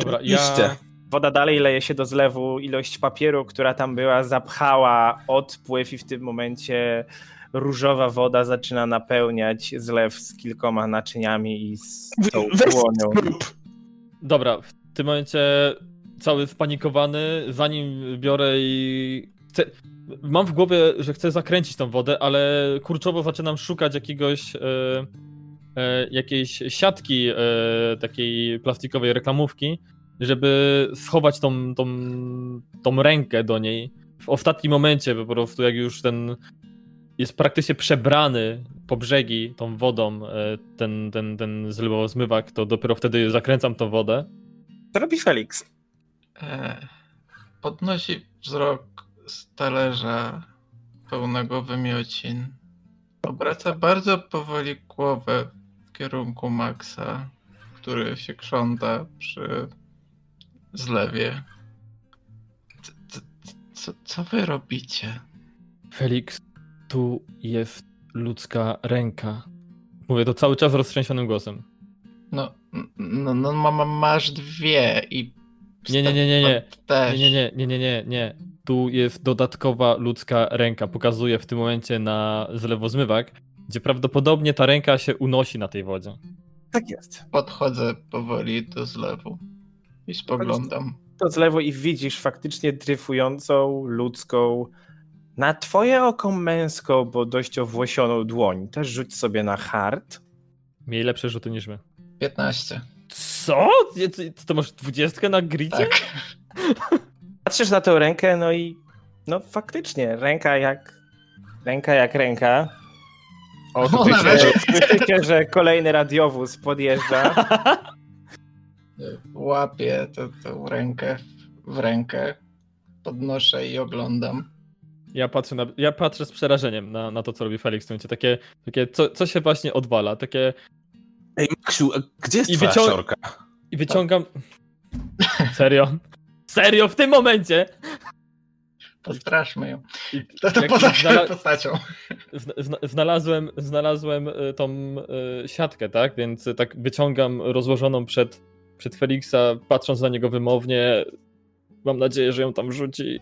Dobra, ja... Iście. Woda dalej leje się do zlewu. Ilość papieru, która tam była, zapchała odpływ, i w tym momencie różowa woda zaczyna napełniać zlew z kilkoma naczyniami i z tą Weź dłonią. Zrób. Dobra, w tym momencie cały spanikowany, zanim biorę i. Chcę... Mam w głowie, że chcę zakręcić tą wodę, ale kurczowo zaczynam szukać jakiegoś. E, e, jakiejś siatki e, takiej plastikowej reklamówki, żeby schować tą, tą, tą rękę do niej. W ostatnim momencie po prostu, jak już ten. Jest praktycznie przebrany po brzegi tą wodą, e, ten, ten, ten zlewo- zmywak, to dopiero wtedy zakręcam tą wodę. Co robi Felix? E, Podnosi wzrok z talerza pełnego wymiocin. Obraca bardzo powoli głowę w kierunku Maxa, który się krząta przy zlewie. C- c- c- Co, co wy robicie? Felix, tu jest ludzka ręka. Mówię to cały czas roztrzęsionym głosem. No, n- no, no mama, masz dwie i... Nie, nie, nie, nie, nie. Też. Nie, nie, nie, nie, nie, nie, nie. Tu jest dodatkowa ludzka ręka. Pokazuje w tym momencie na zlewozmywak, gdzie prawdopodobnie ta ręka się unosi na tej wodzie. Tak jest. Podchodzę powoli do zlewu i spoglądam. To zlewu i widzisz faktycznie dryfującą ludzką, na twoje oko męską, bo dość owłosioną dłoń. Też rzuć sobie na hard. Miej lepsze rzuty niż my. 15. Co? Nie, ty- ty To masz dwudziestkę na gridzie? Tak. patrzysz na tę rękę, no i no faktycznie, ręka jak ręka jak ręka. O, Ona słyszycie, weszła. słyszycie, że kolejny radiowóz podjeżdża. Łapię tę, tę rękę w rękę, podnoszę i oglądam. Ja patrzę, na, ja patrzę z przerażeniem na, na to, co robi Felix w tym momencie. Takie, takie co, co się właśnie odwala. Takie Ej, Maksiu, a gdzie jest I twoja wycią- szorka? I wyciągam. Serio? Serio, w tym momencie! Postraszmy ją. I To, to jak poza znala- postacią. Zna- zna- Znalazłem, znalazłem y, tą y, siatkę, tak? Więc y, tak wyciągam rozłożoną przed, przed Feliksa, patrząc na niego wymownie. Mam nadzieję, że ją tam rzuci.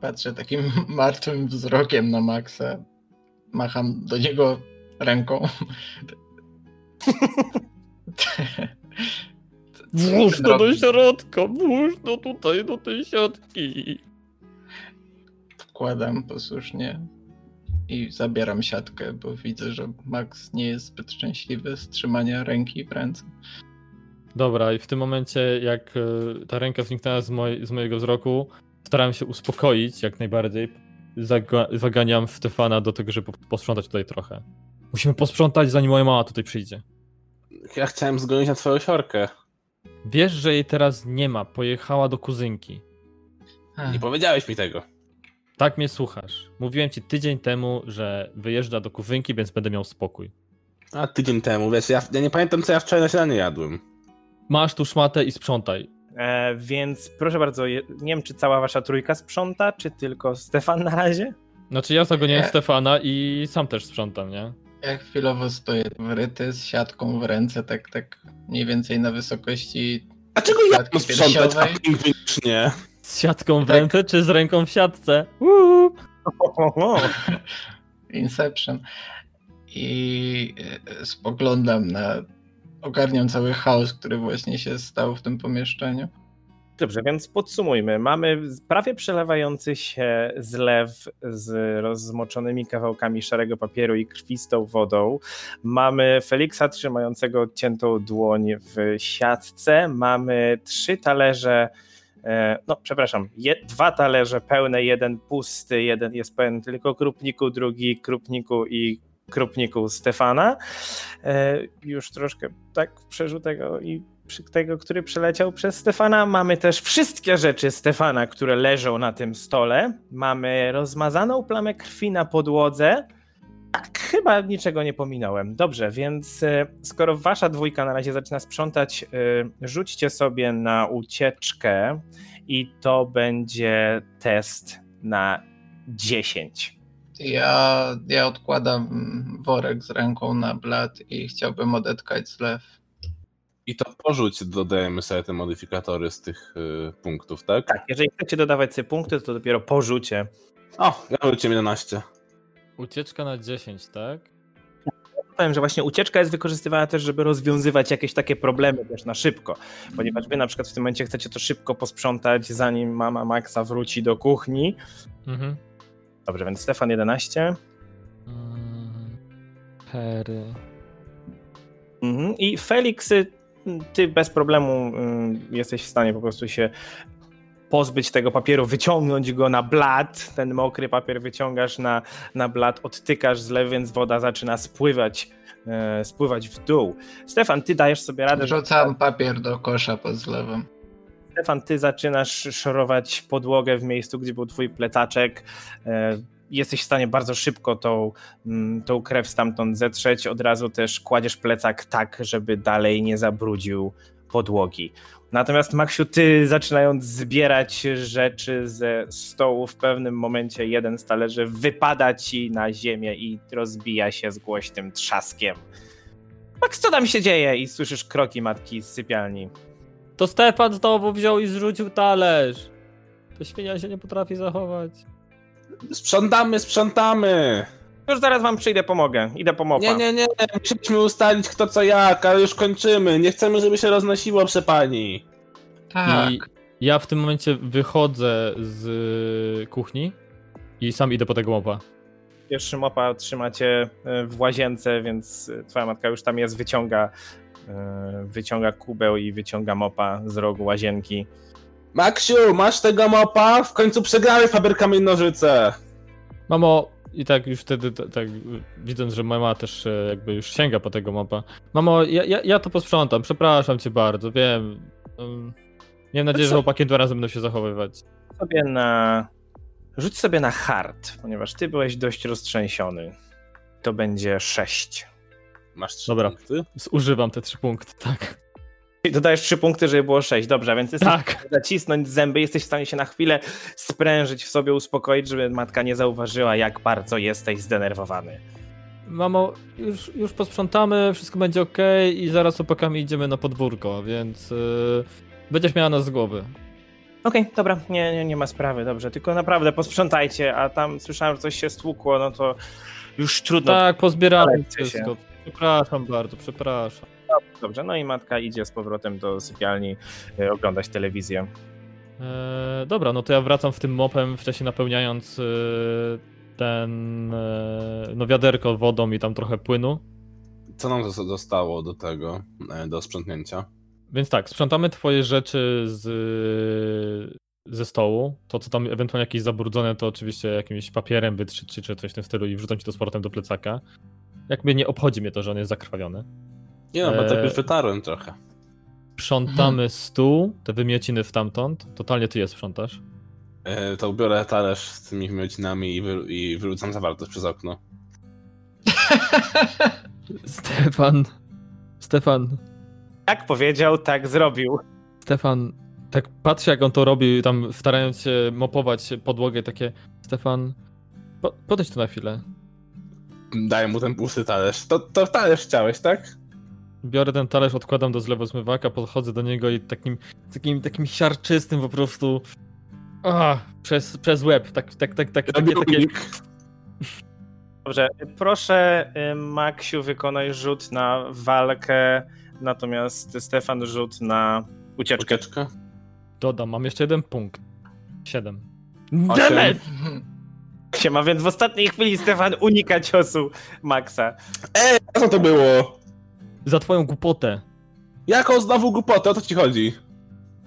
Patrzę takim martwym wzrokiem na Maxa. Macham do niego ręką. Włóż Ten to do robi. środka, włóż to tutaj do tej siatki. Wkładam posłusznie i zabieram siatkę, bo widzę, że Max nie jest zbyt szczęśliwy z trzymania ręki w ręce. Dobra, i w tym momencie, jak e, ta ręka zniknęła z, moj, z mojego wzroku, starałem się uspokoić jak najbardziej. Zaga zaganiam Stefana do tego, żeby po- posprzątać tutaj trochę. Musimy posprzątać, zanim moja mama tutaj przyjdzie. Ja chciałem zgonić na twoją siorkę. Wiesz, że jej teraz nie ma, pojechała do kuzynki. Hmm. Nie powiedziałeś mi tego. Tak mnie słuchasz. Mówiłem ci tydzień temu, że wyjeżdża do kuzynki, więc będę miał spokój. A tydzień temu, wiesz, ja, ja nie pamiętam co ja wczoraj na śniadanie jadłem. Masz tu szmatę i sprzątaj. E, więc proszę bardzo, je- nie wiem, czy cała wasza trójka sprząta, czy tylko Stefan na razie? Znaczy ja zagoniłem Nie. Stefana i sam też sprzątam, nie? Ja chwilowo stoję wryty z siatką w ręce, tak, tak mniej więcej na wysokości. A czego ja Siatki mam sprzątać, a piersiowej? pingwin już nie? Z siatką w Tak. ręce czy z ręką w siatce? Uuu. O, o, o. Inception. I e, spoglądam na. Ogarniam cały chaos, który właśnie się stał w tym pomieszczeniu. Dobrze, więc podsumujmy. Mamy z- prawie przelewający się zlew z rozmoczonymi kawałkami szarego papieru i krwistą wodą. Mamy Feliksa trzymającego odciętą dłoń w siatce. Mamy trzy talerze, e, no przepraszam, je, dwa talerze pełne, jeden pusty, jeden jest pełen tylko krupniku, drugi krupniku i krupniku Stefana. E, Już troszkę tak w przerzutego i przy- tego, który przeleciał przez Stefana. Mamy też wszystkie rzeczy Stefana, które leżą na tym stole. Mamy rozmazaną plamę krwi na podłodze. Tak, chyba niczego nie pominąłem. Dobrze, więc e, skoro wasza dwójka na razie zaczyna sprzątać, e, rzućcie sobie na ucieczkę i to będzie test na 10. Ja, ja odkładam worek z ręką na blat i chciałbym odetkać zlew. I to porzuć, dodajemy sobie te modyfikatory z tych y, punktów, tak? Tak, jeżeli chcecie dodawać sobie punkty, to dopiero po rzucie. O, ja wróciłem 11. Ucieczka na 10, tak? powiem, że właśnie ucieczka jest wykorzystywana też, żeby rozwiązywać jakieś takie problemy też na szybko, ponieważ wy na przykład w tym momencie chcecie to szybko posprzątać, zanim mama Maxa wróci do kuchni. Mhm. Dobrze, więc Stefan 11 Mm, Hery. mhm. i Felix, y, ty bez problemu y, jesteś w stanie po prostu się pozbyć tego papieru, wyciągnąć go na blat, ten mokry papier wyciągasz na, na blat, odtykasz zlew, więc woda zaczyna spływać, y, spływać w dół. Stefan, ty dajesz sobie radę, że Rzucam papier do kosza pod zlewem. Stefan, ty zaczynasz szorować podłogę w miejscu, gdzie był twój plecaczek. E, Jesteś w stanie bardzo szybko tą, mm, tą krew stamtąd zetrzeć. Od razu też kładziesz plecak tak, żeby dalej nie zabrudził podłogi. Natomiast Maksiu, ty zaczynając zbierać rzeczy ze stołu, w pewnym momencie jeden z talerzy wypada ci na ziemię i rozbija się z głośnym trzaskiem. Max, co tam się dzieje? I słyszysz kroki matki z sypialni. To Stefan znowu wziął i zrzucił talerz. To świnia się nie potrafi zachować. Sprzątamy, sprzątamy! Już zaraz wam przyjdę, pomogę. Idę po mopa. Nie, nie, nie, musieliśmy ustalić kto co jak, ale już kończymy. Nie chcemy, żeby się roznosiło, prze pani. Tak. I ja w tym momencie wychodzę z y, kuchni i sam idę po tego mopa. Pierwszy mopa trzymacie e, w łazience, więc e, twoja matka już tam jest, wyciąga, e, wyciąga kubeł i wyciąga mopa z rogu łazienki. Maksiu, masz tego mopa? W końcu przegrałeś faber kamień nożyce. Mamo, i tak już wtedy, t- tak y, widząc, że mama też y, jakby już sięga po tego mopa. Mamo, ja, ja, ja to posprzątam, przepraszam cię bardzo, wiem. Ym, Miałem nadzieję, że co? chłopaki dwa razy będą się zachowywać. Sobie na... Rzuć sobie na hard, ponieważ ty byłeś dość roztrzęsiony. To będzie 6. Masz trzy Dobra. punkty. Zużywam te trzy punkty, tak. Dodajesz 3 punkty, żeby było 6. Dobrze, więc jesteś Tak. zacisnąć zęby, jesteś w stanie się na chwilę sprężyć w sobie, uspokoić, żeby matka nie zauważyła, jak bardzo jesteś zdenerwowany. Mamo, już, już posprzątamy, wszystko będzie ok e, i zaraz chłopakami idziemy na podwórko, więc y, będziesz miała nas z głowy. Okej, dobra, nie, nie, nie ma sprawy, dobrze. Tylko naprawdę posprzątajcie, a tam słyszałem, że coś się stłukło, no to już trudno. tak, pozbieramy ale chce No, się. wszystko. Przepraszam bardzo, przepraszam. Dobrze, no i matka idzie z powrotem do sypialni e, oglądać telewizję. E, dobra, no to ja wracam w tym mopem, wcześniej napełniając e, ten, e, no wiaderko wodą i tam trochę płynu. Co nam zos- zostało do tego, e, do sprzątnięcia? Więc tak, sprzątamy twoje rzeczy z, ze stołu. To, co tam ewentualnie jakieś zabrudzone, to oczywiście jakimś papierem wytrzyć czy coś w tym stylu i wrzucam ci to z powrotem do plecaka. Jakby nie obchodzi mnie to, że on jest zakrwawiony. Nie no, bo E, tak już wytarłem trochę. Sprzątamy stół, te wymieciny stamtąd. Totalnie ty je sprzątasz. E, To biorę talerz z tymi wymiocinami i, wy, i wyrzucam zawartość przez okno. Stefan, Stefan, Tak powiedział, tak zrobił. Stefan, tak patrzę jak on to robi, tam starając się mopować podłogę, takie Stefan, po, podejdź tu na chwilę. Daję mu ten pusty talerz. To, to talerz chciałeś, tak? Biorę ten talerz, odkładam do zlewozmywaka, podchodzę do niego i takim, takim, takim siarczystym po prostu a, przez, przez łeb, tak, tak, tak, tak, takie, Robię takie, unik. Dobrze, proszę y, Maksiu wykonaj rzut na walkę, natomiast Stefan rzut na ucieczkę. Ucieczka. dodam, mam jeszcze jeden punkt, siedem. Osiem. Demet! Siema, więc w ostatniej chwili Stefan unika ciosu Maxa. A co to było? Za twoją głupotę. Jaką znowu głupotę? O co ci chodzi?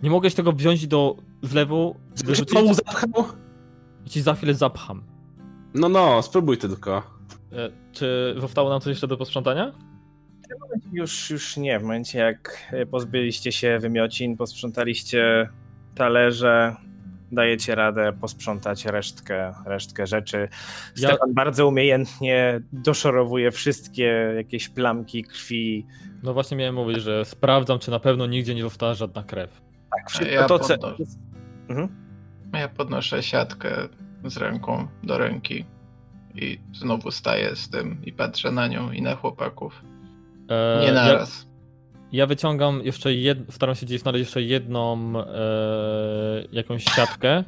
Nie mogłeś tego wziąć do zlewu, Czy wyrzucić znowu zapchał? i ci za chwilę zapcham. No no, spróbuj tylko. E, Czy zostało nam coś jeszcze do posprzątania? Już, już nie, w momencie jak y, pozbyliście się wymiocin, posprzątaliście talerze, dajecie radę posprzątać resztkę, resztkę rzeczy. Ja- Stefan bardzo umiejętnie doszorowuje wszystkie jakieś plamki krwi. No właśnie miałem mówić, że sprawdzam, czy na pewno nigdzie nie została żadna krew. Tak, wszystko Ja to, co... poddam. Mhm. Ja podnoszę siatkę z ręką do ręki i znowu staję z tym i patrzę na nią i na chłopaków. E, Nie ja, naraz. ja wyciągam jeszcze jedną, staram się gdzieś znaleźć jeszcze jedną e, jakąś siatkę,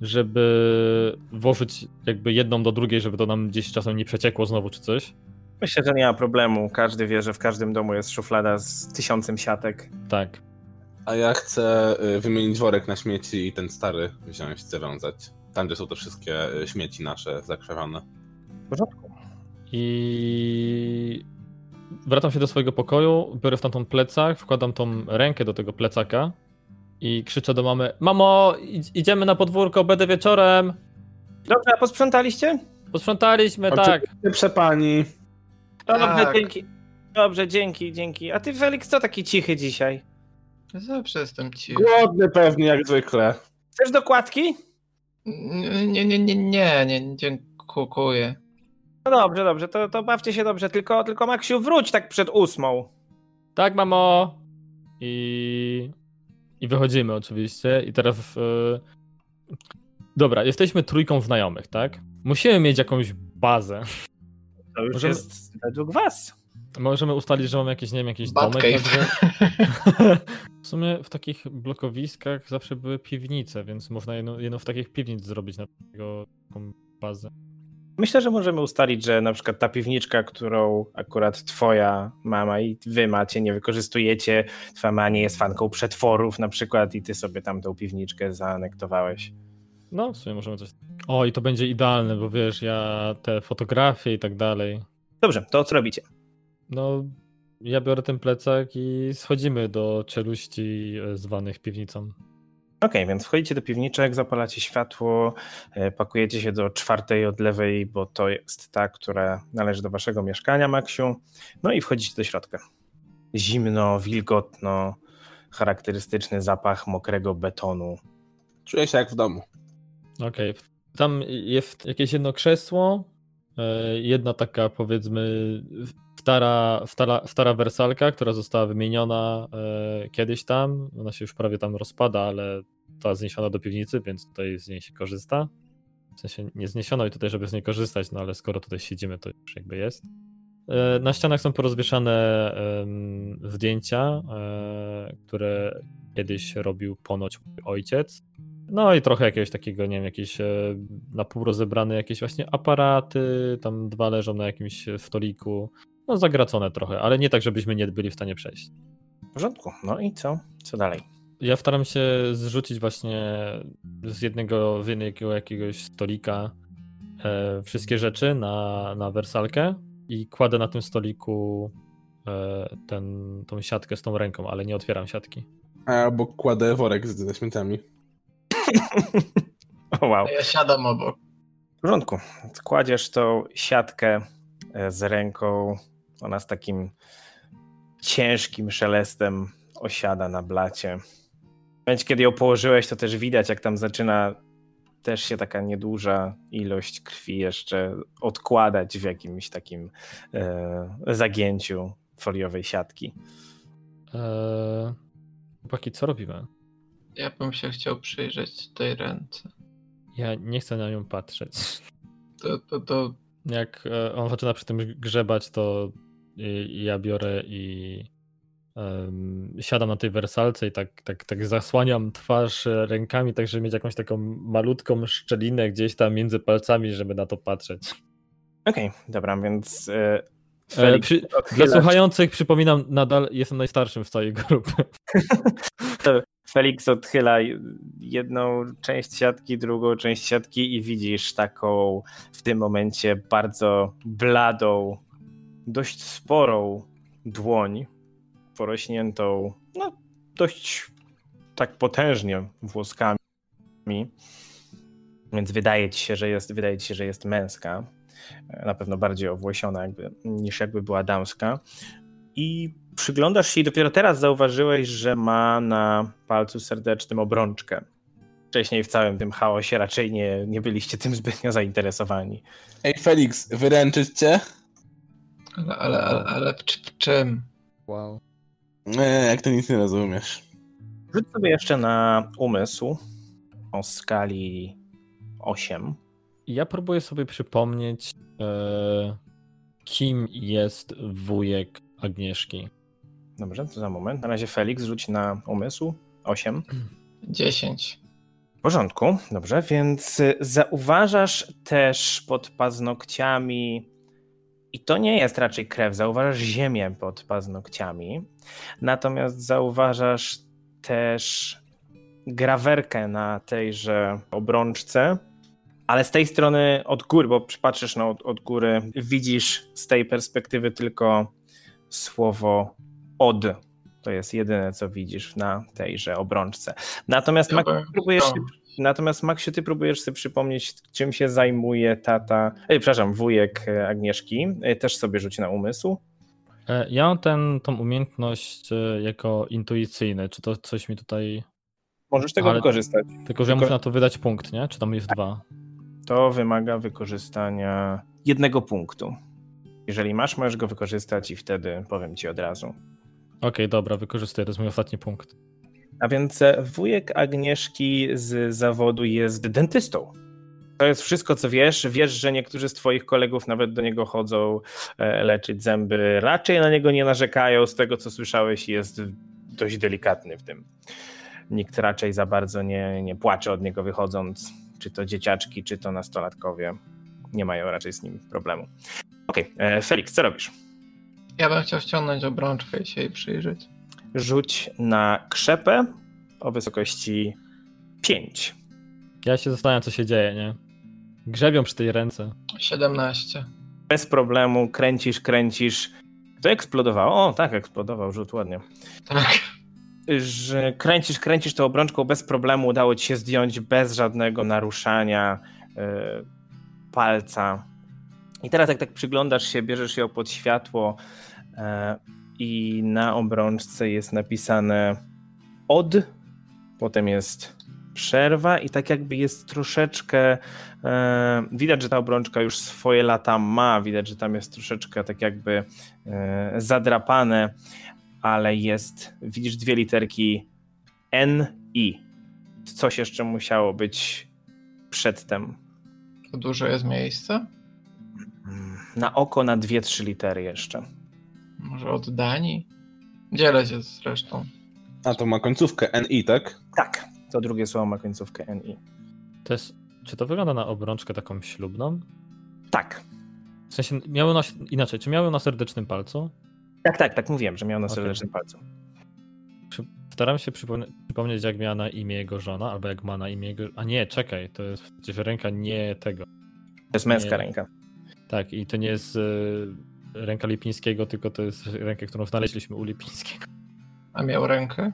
żeby włożyć jakby jedną do drugiej, żeby to nam gdzieś czasem nie przeciekło znowu czy coś. Myślę, że nie ma problemu. Każdy wie, że w każdym domu jest szuflada z tysiącem siatek. Tak. A ja chcę y, wymienić worek na śmieci i ten stary wziąć, zawiązać. Tam, gdzie są te wszystkie y, śmieci nasze zakrwawione. W porządku. I wracam się do swojego pokoju, biorę stamtąd plecak, wkładam tą rękę do tego plecaka i krzyczę do mamy: Mamo, idź- idziemy na podwórko, będę wieczorem. Dobrze, a posprzątaliście? Posprzątaliśmy, tak. Pierwsze pani. No Dobrze, Tak. dzięki. Dobrze, dzięki, dzięki. A ty, Felix, co taki cichy dzisiaj? Zawsze jestem cicho. Głodny pewnie, jak zwykle. Chcesz dokładki? Nie, nie, nie, nie, nie, nie dziękuję. No dobrze, dobrze, to, to bawcie się dobrze, tylko, tylko Maksiu, wróć tak przed ósmą. Tak, mamo! I. I wychodzimy oczywiście. I teraz. y, Dobra, jesteśmy trójką znajomych, tak? Musimy mieć jakąś bazę. To już Możemy- jest według was. Możemy ustalić, że mamy jakieś, nie wiem, jakiś Bat domek. cave. Także... w sumie w takich blokowiskach zawsze były piwnice, więc można jedną, jedną w takich piwnic zrobić na takiego, taką bazę. Myślę, że możemy ustalić, że na przykład ta piwniczka, którą akurat twoja mama i wy macie, nie wykorzystujecie, twoja mama nie jest fanką przetworów na przykład i ty sobie tam tą piwniczkę zaanektowałeś. No, w sumie możemy coś. O, i to będzie idealne, bo wiesz, ja te fotografie i tak dalej. Dobrze, to co robicie? No, ja biorę ten plecak i schodzimy do czeluści e, zwanych piwnicą. Okej, więc wchodzicie do piwniczek, zapalacie światło, e, pakujecie się do czwartej od lewej, bo to jest ta, która należy do waszego mieszkania, Maksiu. No i wchodzicie do środka. Zimno, wilgotno, charakterystyczny zapach mokrego betonu. Czuję się jak w domu. Okej. Tam jest jakieś jedno krzesło, e, jedna taka powiedzmy stara, stara, stara wersalka, która została wymieniona e, kiedyś tam. Ona się już prawie tam rozpada, ale została zniesiona do piwnicy, więc tutaj z niej się korzysta. W sensie nie zniesiono i tutaj, żeby z niej korzystać, no ale skoro tutaj siedzimy, to już jakby jest. E, Na ścianach są porozwieszane em, zdjęcia, e, które kiedyś robił ponoć mój ojciec. No i trochę jakiegoś takiego, nie wiem, jakieś e, na pół rozebrane jakieś właśnie aparaty, tam dwa leżą na jakimś e, stoliku. No zagracone trochę, ale nie tak, żebyśmy nie byli w stanie przejść. W porządku. No i co? Co dalej? Ja staram się zrzucić właśnie z jednego, z jednego jakiegoś stolika e, wszystkie rzeczy na, na wersalkę i kładę na tym stoliku e, ten, tą siatkę z tą ręką, ale nie otwieram siatki. Albo kładę worek z- ze śmieciami. O, wow. A Ja siadam obok. W porządku. Kładziesz tą siatkę e, z ręką. Ona z takim ciężkim szelestem osiada na blacie. W momencie, kiedy ją położyłeś, to też widać, jak tam zaczyna też się taka nieduża ilość krwi jeszcze odkładać w jakimś takim e, zagięciu foliowej siatki. E, chłopaki, co robimy? Ja bym się chciał przyjrzeć tej ręce. Ja nie chcę na nią patrzeć. To, to, to jak e, on zaczyna przy tym grzebać, to i- i ja biorę i em, siadam na tej wersalce i tak, tak, tak zasłaniam twarz e, rękami, tak żeby mieć jakąś taką malutką szczelinę gdzieś tam między palcami, żeby na to patrzeć. Okej, dobra, więc e, E, Felix, przy, dla odchylasz, słuchających przypominam, nadal jestem najstarszym w całej grupy. Felix odchyla jedną część siatki, drugą część siatki i widzisz taką w tym momencie bardzo bladą, dość sporą dłoń, porośniętą, no dość tak potężnie włoskami. Więc wydaje ci się, że jest, wydaje ci się, że jest męska. E, Na pewno bardziej owłosiona jakby, niż jakby była damska. I przyglądasz się i dopiero teraz zauważyłeś, że ma na palcu serdecznym obrączkę. Wcześniej w całym tym chaosie raczej nie, nie byliście tym zbytnio zainteresowani. Ej, Felix, wyręczyć cię? Ale, ale, ale, ale w, czy- w czym? Wow. Nie, E, jak ty nic nie rozumiesz. Rzuć sobie jeszcze na umysł o skali 8. Ja próbuję sobie przypomnieć, e, kim jest wujek Agnieszki. Dobrze, to za moment. Na razie Felix rzuć na umysł 8. 10. W porządku, dobrze, więc y, zauważasz też pod paznokciami, i to nie jest raczej krew, zauważasz ziemię pod paznokciami, natomiast zauważasz też grawerkę na tejże obrączce, ale z tej strony od góry, bo przypatrzysz no, od, od góry, widzisz z tej perspektywy tylko słowo od. To jest jedyne, co widzisz na tejże obrączce. Natomiast Ja ma bym próbujesz chciał- Natomiast Maksiu, ty próbujesz sobie przypomnieć, czym się zajmuje tata, e, przepraszam, wujek e, Agnieszki. E, Też sobie rzuć na umysł. E, Ja mam ten, tą umiejętność e, jako intuicyjny. Czy to coś mi tutaj. Możesz tego Ale- wykorzystać. Tylko, że ja Tylko- muszę na to wydać punkt, nie? Czy tam jest dwa? To wymaga wykorzystania jednego punktu. Jeżeli masz, możesz go wykorzystać i wtedy powiem ci od razu. Okej, dobra, wykorzystuję. To jest mój ostatni punkt. A więc e, wujek Agnieszki z zawodu jest dentystą. To jest wszystko, co wiesz. Wiesz, że niektórzy z twoich kolegów nawet do niego chodzą e, leczyć zęby. Raczej na niego nie narzekają. Z tego, co słyszałeś, jest dość delikatny w tym. Nikt raczej za bardzo nie, nie płacze od niego wychodząc. Czy to dzieciaczki, czy to nastolatkowie. Nie mają raczej z nim problemu. Okej, e, Felix, co robisz? Ja bym chciał ściągnąć obrączkę i się jej przyjrzeć. Rzuć na krzepę o wysokości 5. Ja się zastanawiam, co się dzieje, nie? Grzebią przy tej ręce. 17. bez problemu kręcisz, kręcisz. To eksplodowało. O, tak, eksplodował, rzut ładnie. Tak. Że kręcisz, kręcisz tą obrączką bez problemu udało ci się zdjąć bez żadnego naruszania e, palca. I teraz jak tak przyglądasz się, bierzesz ją pod światło e, i na obrączce jest napisane od, potem jest przerwa i tak jakby jest troszeczkę E, Widać, że ta obrączka już swoje lata ma, widać, że tam jest troszeczkę tak jakby e, zadrapane, ale jest, widzisz dwie literki N, I. Coś jeszcze musiało być przedtem. To dużo jest miejsca? Mm, Na oko na dwie, trzy litery jeszcze. Może od Danii? Dzielę się zresztą. A to ma końcówkę NI, tak? Tak, to drugie słowo ma końcówkę NI. To jest, czy to wygląda na obrączkę taką ślubną? Tak, W sensie miały na, inaczej, czy miały na serdecznym palcu? tak, tak, tak mówiłem, że miał na Okej. serdecznym palcu. Staram się przypomnieć, przypomnieć, jak miała na imię jego żona, albo jak ma na imię jego. A nie, czekaj, to jest przecież ręka nie tego. To jest męska Nie. ręka. Tak, i to nie jest e, ręka Lipińskiego, tylko to jest ręka, którą znaleźliśmy u Lipińskiego. A miał rękę?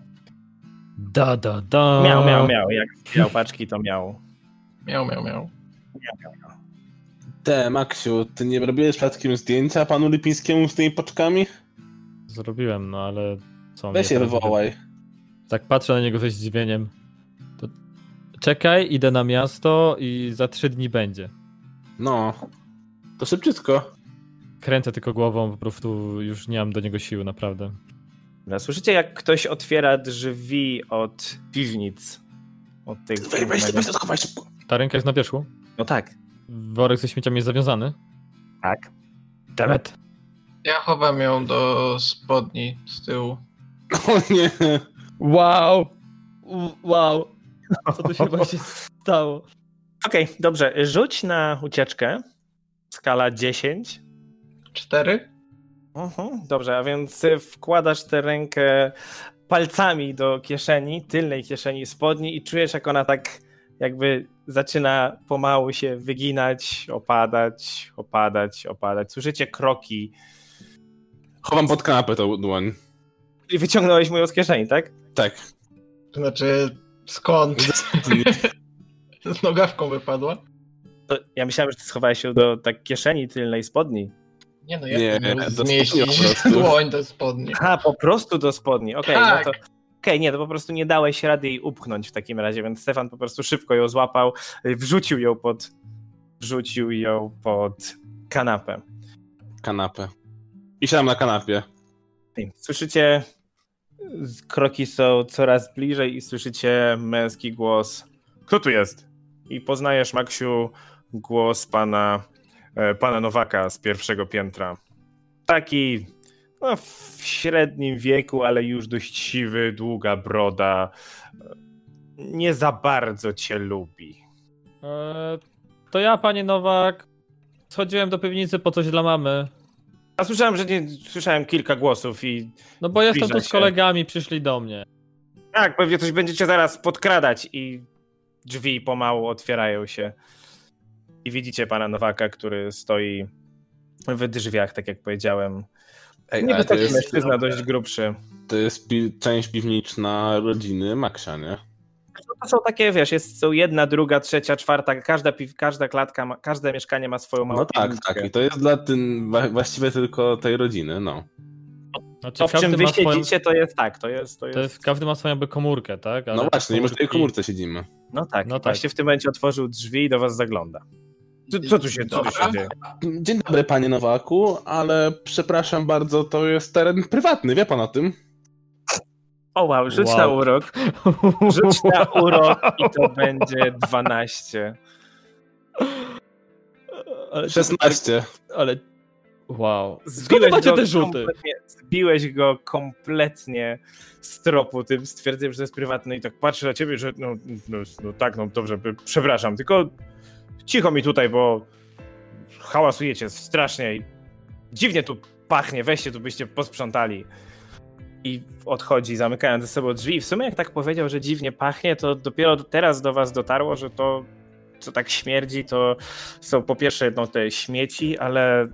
Da, da, da. Miał, miał, miał. Jak miał paczki, to miał. Miał, miał, miał. miał, miał, miał. Te, Maksiu, ty nie robiłeś przypadkiem zdjęcia panu Lipińskiemu z tymi paczkami? Zrobiłem, no ale co. mnie Weź je teraz- wywołaj. Tak patrzę na niego ze zdziwieniem. To... Czekaj, idę na miasto i za trzy dni będzie. No. To szybciutko. Kręcę tylko głową, po prostu już nie mam do niego siły, naprawdę. Dobra, No, Słyszycie, jak ktoś otwiera drzwi od piwnic. Od tych. Weź, weź, weź to schowaj szybko. Ta ręka jest na wierzchu. No tak. Worek ze śmieciami jest zawiązany. Tak. Demet. Ja chowam ją do spodni z tyłu. O nie. Wow! Wow! Co tu się właśnie stało? Okej, dobrze. Rzuć na ucieczkę. Skala 10. Cztery? Mhm, dobrze, a więc wkładasz tę rękę palcami do kieszeni, tylnej kieszeni spodni i czujesz, jak ona tak jakby zaczyna pomału się wyginać, opadać, opadać, opadać. Słyszycie kroki. Chowam pod kanapę tą dłoń. I wyciągnąłeś mu ją z kieszeni, tak? Tak. Znaczy, skąd? Z nogawką wypadła? To ja myślałem, że ty schowałeś się do tak kieszeni tylnej spodni. Nie no, ja Nie, nie, nie do spodni po zmieścić prostu. dłoń do spodni. A, po prostu do spodni, okej, Tak. no to... Okej, nie, to po prostu nie dałeś rady jej upchnąć w takim razie, więc Stefan po prostu szybko ją złapał, y, wrzucił ją pod... wrzucił ją pod kanapę. Kanapę. I siadam na kanapie. Słyszycie, z- kroki są coraz bliżej i słyszycie męski głos. Kto tu jest? I poznajesz, Maksiu, głos pana, e, pana Nowaka z pierwszego piętra. Taki no, w średnim wieku, ale już dość siwy, długa broda. Nie za bardzo cię lubi. Eee, to ja, panie Nowak. Schodziłem do piwnicy po coś dla mamy. A słyszałem, że nie, słyszałem kilka głosów i No bo jestem Zbliża tu z się. kolegami, przyszli do mnie. tak, pewnie coś będziecie zaraz podkradać i drzwi pomału otwierają się. I widzicie pana Nowaka, który stoi w drzwiach, tak jak powiedziałem. Ej, Nie ale to wysoki jest, mężczyzna, dość grubszy. to jest pi- część piwniczna rodziny Maksia, nie? No To są takie, wiesz, jest, są jedna, druga, trzecia, czwarta, każda, piw, każda klatka, ma, każde mieszkanie ma swoją małą No tak, piwniczkę. tak. I to jest dla tym wa- właściwie tylko tej rodziny, no. No, czy To, w czym każdy wy ma swoją- siedzicie, to jest tak, to jest, to To jest, jest, każdy ma swoją jakby komórkę, tak? Ale No właśnie, nie może w tej komórki- komórce siedzimy. no tak. no No tak. Właśnie w tym momencie otworzył drzwi i do was zagląda. Co, co tu się, co tu się Dobra. dzieje? Dzień dobry, panie Nowaku, ale przepraszam bardzo, to jest teren prywatny, wie pan o tym? O wow, rzuć Wow. na urok. Rzuć na urok i to będzie 12. Ale, 16. ale... Wow. Skąd Zbiłeś macie go te rzuty? kompletnie- Zbiłeś go kompletnie z tropu, tym stwierdziłem, że to jest prywatny i tak patrzę na ciebie, że no, no, no tak, no dobrze, p- przepraszam, tylko cicho mi tutaj, bo hałasujecie strasznie i dziwnie tu pachnie, weźcie tu byście posprzątali. I odchodzi, zamykając ze sobą drzwi. I w sumie jak tak powiedział, że dziwnie pachnie, to dopiero teraz do was dotarło, że to co tak śmierdzi, to są po pierwsze no, te śmieci, ale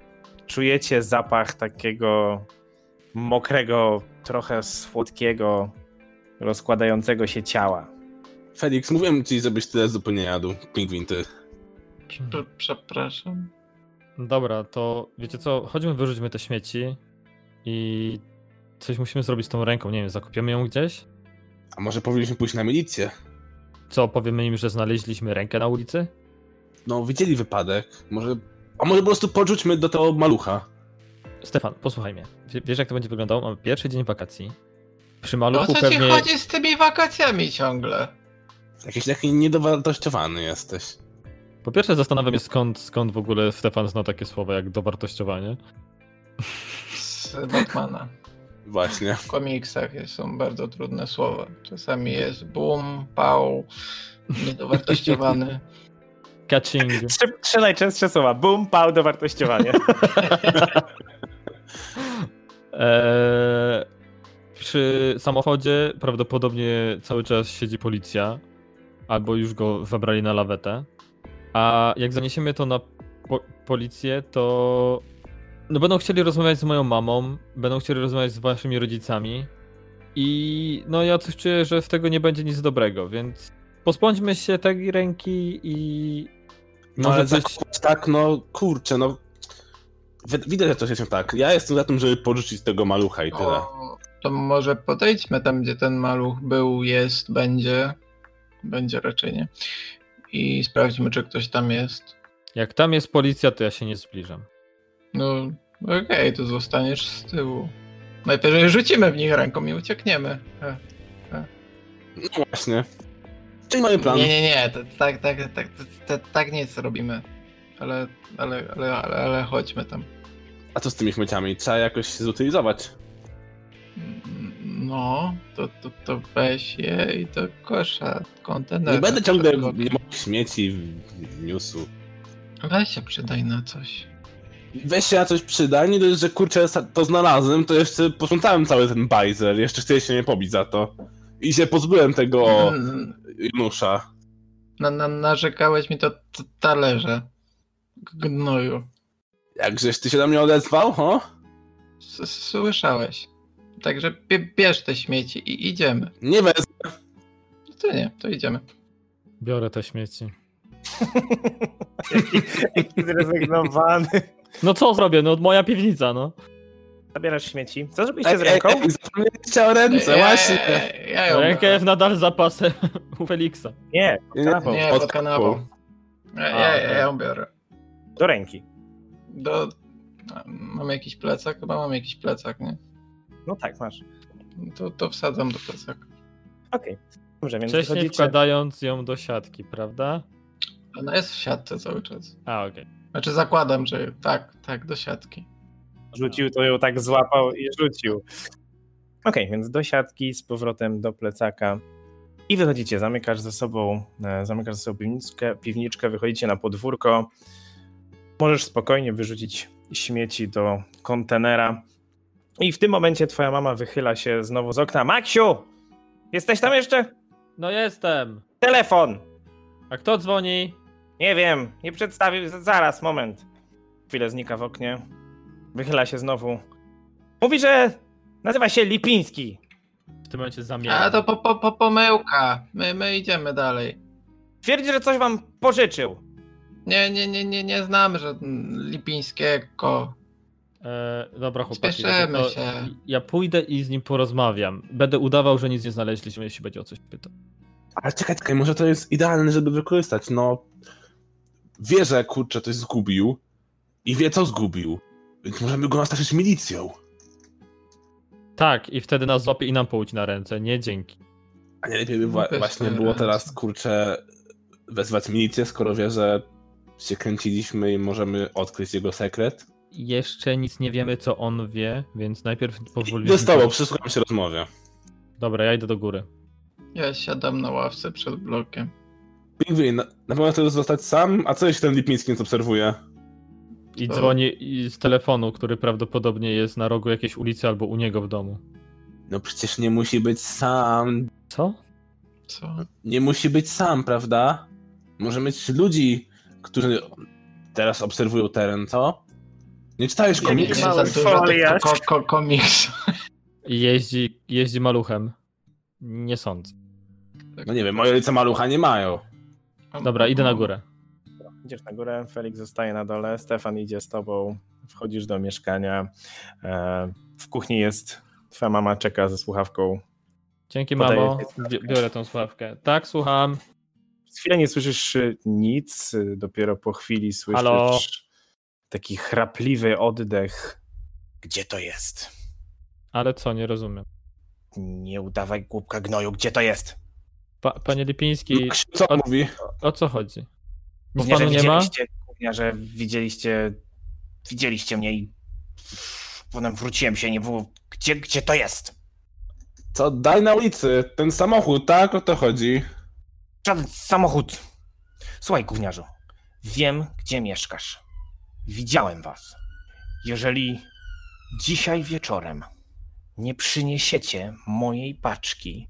czujecie zapach takiego mokrego, trochę słodkiego, rozkładającego się ciała. Felix, mówiłem ci, żebyś tyle zupy nie jadł, pingwin ty. Prze- Przepraszam. Dobra, to wiecie co, chodźmy wyrzućmy te śmieci i coś musimy zrobić z tą ręką, nie wiem, zakupiamy ją gdzieś? A może powinniśmy pójść na milicję? Co, powiemy im, że znaleźliśmy rękę na ulicy? No, widzieli wypadek. Może... A może po prostu porzućmy do tego malucha? Stefan, posłuchaj mnie. Wie- Wiesz jak to będzie wyglądało? Mamy pierwszy dzień wakacji. Przy No o maluchu co ci pewnie... chodzi z tymi wakacjami ciągle? Jakiś taki niedowartościowany jesteś. Po pierwsze zastanawiam się skąd, skąd w ogóle Stefan zna takie słowa jak dowartościowanie. Z Batmana. Właśnie. W komiksach jest- są bardzo trudne słowa. Czasami jest boom, pał, niedowartościowany. Catching. Trzy, trzy najczęstsze słowa. Bum, pał, dowartościowanie. Eee, przy samochodzie prawdopodobnie cały czas siedzi policja, albo już go zabrali na lawetę. A jak zaniesiemy to na po policję, to. No będą chcieli rozmawiać z moją mamą, będą chcieli rozmawiać z waszymi rodzicami. I no ja coś czuję, że w tego nie będzie nic dobrego, więc pospońdźmy się tej ręki i. No ale Może coś... coś. tak, no kurczę, no. Wi- Widać, że to się tak. Ja jestem za tym, żeby porzucić tego malucha i tyle. To, to może podejdźmy tam, gdzie ten maluch był, jest, będzie. Będzie raczej nie. I sprawdźmy, czy ktoś tam jest. Jak tam jest policja, to ja się nie zbliżam. No, okej, to zostaniesz z tyłu. Najpierw rzucimy w nich ręką i uciekniemy. E. No właśnie. Czyli mamy plan. Nie, nie, nie, to, tak, tak, tak, tak, tak nic robimy. Ale, ale, ale, ale, ale chodźmy tam. A co z tymi śmieciami? Trzeba jakoś się zutylizować. Mm, No, to, to, to weź je i do kosza, kontener. Nie będę ciągle tak, miał śmieci w- w niósł. Weź się przydaj na coś. Weź się na coś przyda, nie dość, że kurczę sa- to znalazłem, to jeszcze posprzątałem cały ten bajzel, jeszcze chcieli się nie pobić za to. I się pozbyłem tego Mm, Janusza. Na, na, narzekałeś mi to, to talerze. Gnoju. Jakżeś ty się do mnie odezwał, ho? S- Słyszałeś. Także bie- bierz te śmieci i idziemy. Nie wezmę. No to nie, to idziemy. Biorę te śmieci. Jaki, jaki zrezygnowany. No co zrobię? No moja piwnica, no. Zabierasz śmieci. Co zrobiliście z ręką? Ej, ej, zapomnieliście o ręce, No właśnie. Ja, ja ją Rękę jest nadal zapasem u Feliksa. Nie, Nie, kanapą. Nie, pod pod kanapą. kanapą. Ja, ja, ja tak. ją biorę. Do ręki. Do... Mam jakiś plecak? Chyba mam jakiś plecak, nie? No tak, masz. To, to wsadzam do plecaka. Okej. Dobrze, więc Wcześniej wchodzicie. wkładając ją do siatki, prawda? Ona jest w siatce cały czas. A, okej. Znaczy zakładam, że tak, tak, do siatki. Rzucił, to ją tak złapał i rzucił. Okej, więc do siatki, z powrotem do plecaka. I wychodzicie, zamykasz ze sobą, e, zamykasz ze sobą piwniczkę, piwniczkę, wychodzicie na podwórko. Możesz spokojnie wyrzucić śmieci do kontenera. I w tym momencie twoja mama wychyla się znowu z okna. Maksiu! Jesteś tam jeszcze? No jestem. Telefon! A kto dzwoni? Nie wiem, nie przedstawił. z- Zaraz, moment. Chwilę znika w oknie. Wychyla się znowu. Mówi, że nazywa się Lipiński. W tym momencie zamieram. A to po, po, po pomyłka. My, my idziemy dalej. Twierdzi, że coś wam pożyczył. Nie, nie, nie, nie, nie znam żadn- Lipińskiego. E, dobra, chłopaki. Spieszymy to się. Ja pójdę i z nim porozmawiam. Będę udawał, że nic nie znaleźliśmy, jeśli będzie o coś pytał. Ale czekaj, czekaj, może to jest idealne, żeby wykorzystać, no. Wie, że kurczę coś zgubił i wie co zgubił. Więc możemy go nastraszyć milicją. Tak, i wtedy nas złapie i nam połudź na ręce. Nie, dzięki. A nie lepiej by No wła- weź właśnie te było ręce. teraz, kurczę, wezwać milicję, skoro wie, że się kręciliśmy i możemy odkryć jego sekret. Jeszcze nic nie wiemy, co on wie, więc najpierw powoli. Zostało, przysłucham się rozmowie. Dobra, ja idę do góry. Ja siadam na ławce przed blokiem. Pingwin, na, na pewno chcesz zostać sam? A co jeśli ten Lipiński nas obserwuje? I To- dzwoni i z telefonu, który prawdopodobnie jest na rogu jakiejś ulicy albo u niego w domu. No przecież nie musi być sam. Co? Co? Nie musi być sam, prawda? Może mieć ludzi, którzy teraz obserwują teren, co? Nie czytałeś Jakie Nie, nie komiksu? za mały dużo foliarz. tych ko- ko- komiks. I Jeździ, jeździ maluchem. Nie sądzę. No nie wiem, moje ojce malucha nie mają. Dobra, idę na górę. Idziesz na górę, Felix zostaje na dole, Stefan idzie z tobą, wchodzisz do mieszkania. E, W kuchni jest, twoja mama czeka ze słuchawką. Dzięki, Podaję mamo. ci słuchawkę. Bi- Biorę tą słuchawkę. Tak, słucham. Z chwilę nie słyszysz y, nic, y, dopiero po chwili słyszysz Halo? taki chrapliwy oddech. Gdzie to jest? Ale co, nie rozumiem. Nie udawaj głupka gnoju, gdzie to jest? Pa, panie Lipiński, Maksiu, co od- mówi? o co chodzi? Nic Gówniarze panu nie ma? widzieliście, gówniarze widzieliście, widzieliście mnie i potem wróciłem się, nie było Gdzie, gdzie to jest? Co, daj na ulicy, ten samochód, tak? O to chodzi. Żaden samochód. Słuchaj, gówniarzu. Wiem, gdzie mieszkasz. Widziałem was. Jeżeli dzisiaj wieczorem nie przyniesiecie mojej paczki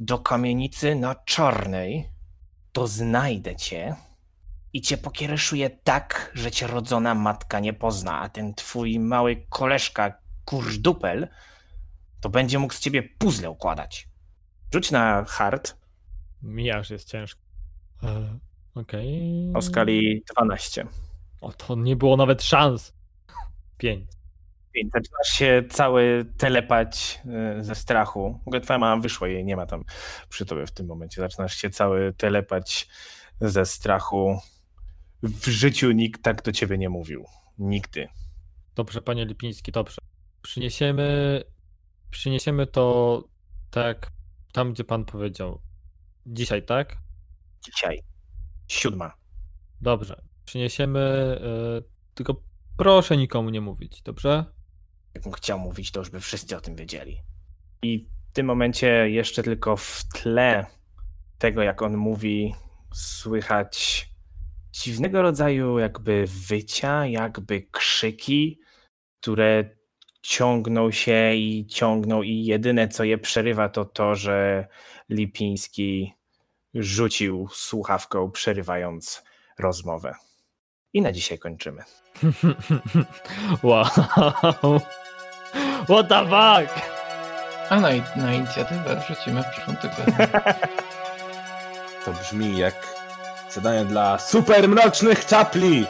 do kamienicy na czarnej, to znajdę cię i cię pokiereszuję tak, że cię rodzona matka nie pozna, a ten twój mały koleżka kurzdupel to będzie mógł z ciebie puzzle układać. Rzuć na hard Mijasz jest ciężko. E, Okej. o skali 12. O, to nie było nawet szans. Pięć. I zaczynasz się cały telepać y, ze strachu. W ogóle twoja mama wyszła, jej nie ma tam przy tobie w tym momencie. Zaczynasz się cały telepać ze strachu. W życiu nikt tak do ciebie nie mówił. Nigdy. Dobrze, panie Lipiński, dobrze. Przyniesiemy, przyniesiemy to tak, tam gdzie pan powiedział. Dzisiaj, tak? Dzisiaj. Siódma. Dobrze. Przyniesiemy, e, tylko proszę nikomu nie mówić, dobrze? Jakbym chciał mówić, to już by wszyscy o tym wiedzieli. I w tym momencie jeszcze tylko w tle tego, jak on mówi, słychać dziwnego rodzaju jakby wycia, jakby krzyki, które ciągną się i ciągną i jedyne, co je przerywa, to to, że Lipiński rzucił słuchawką, przerywając rozmowę. I na dzisiaj kończymy. wow. What the fuck? A na, na inicjatywę rzucimy w przyszłym tygodniu. To brzmi jak zadanie dla super mrocznych czapli!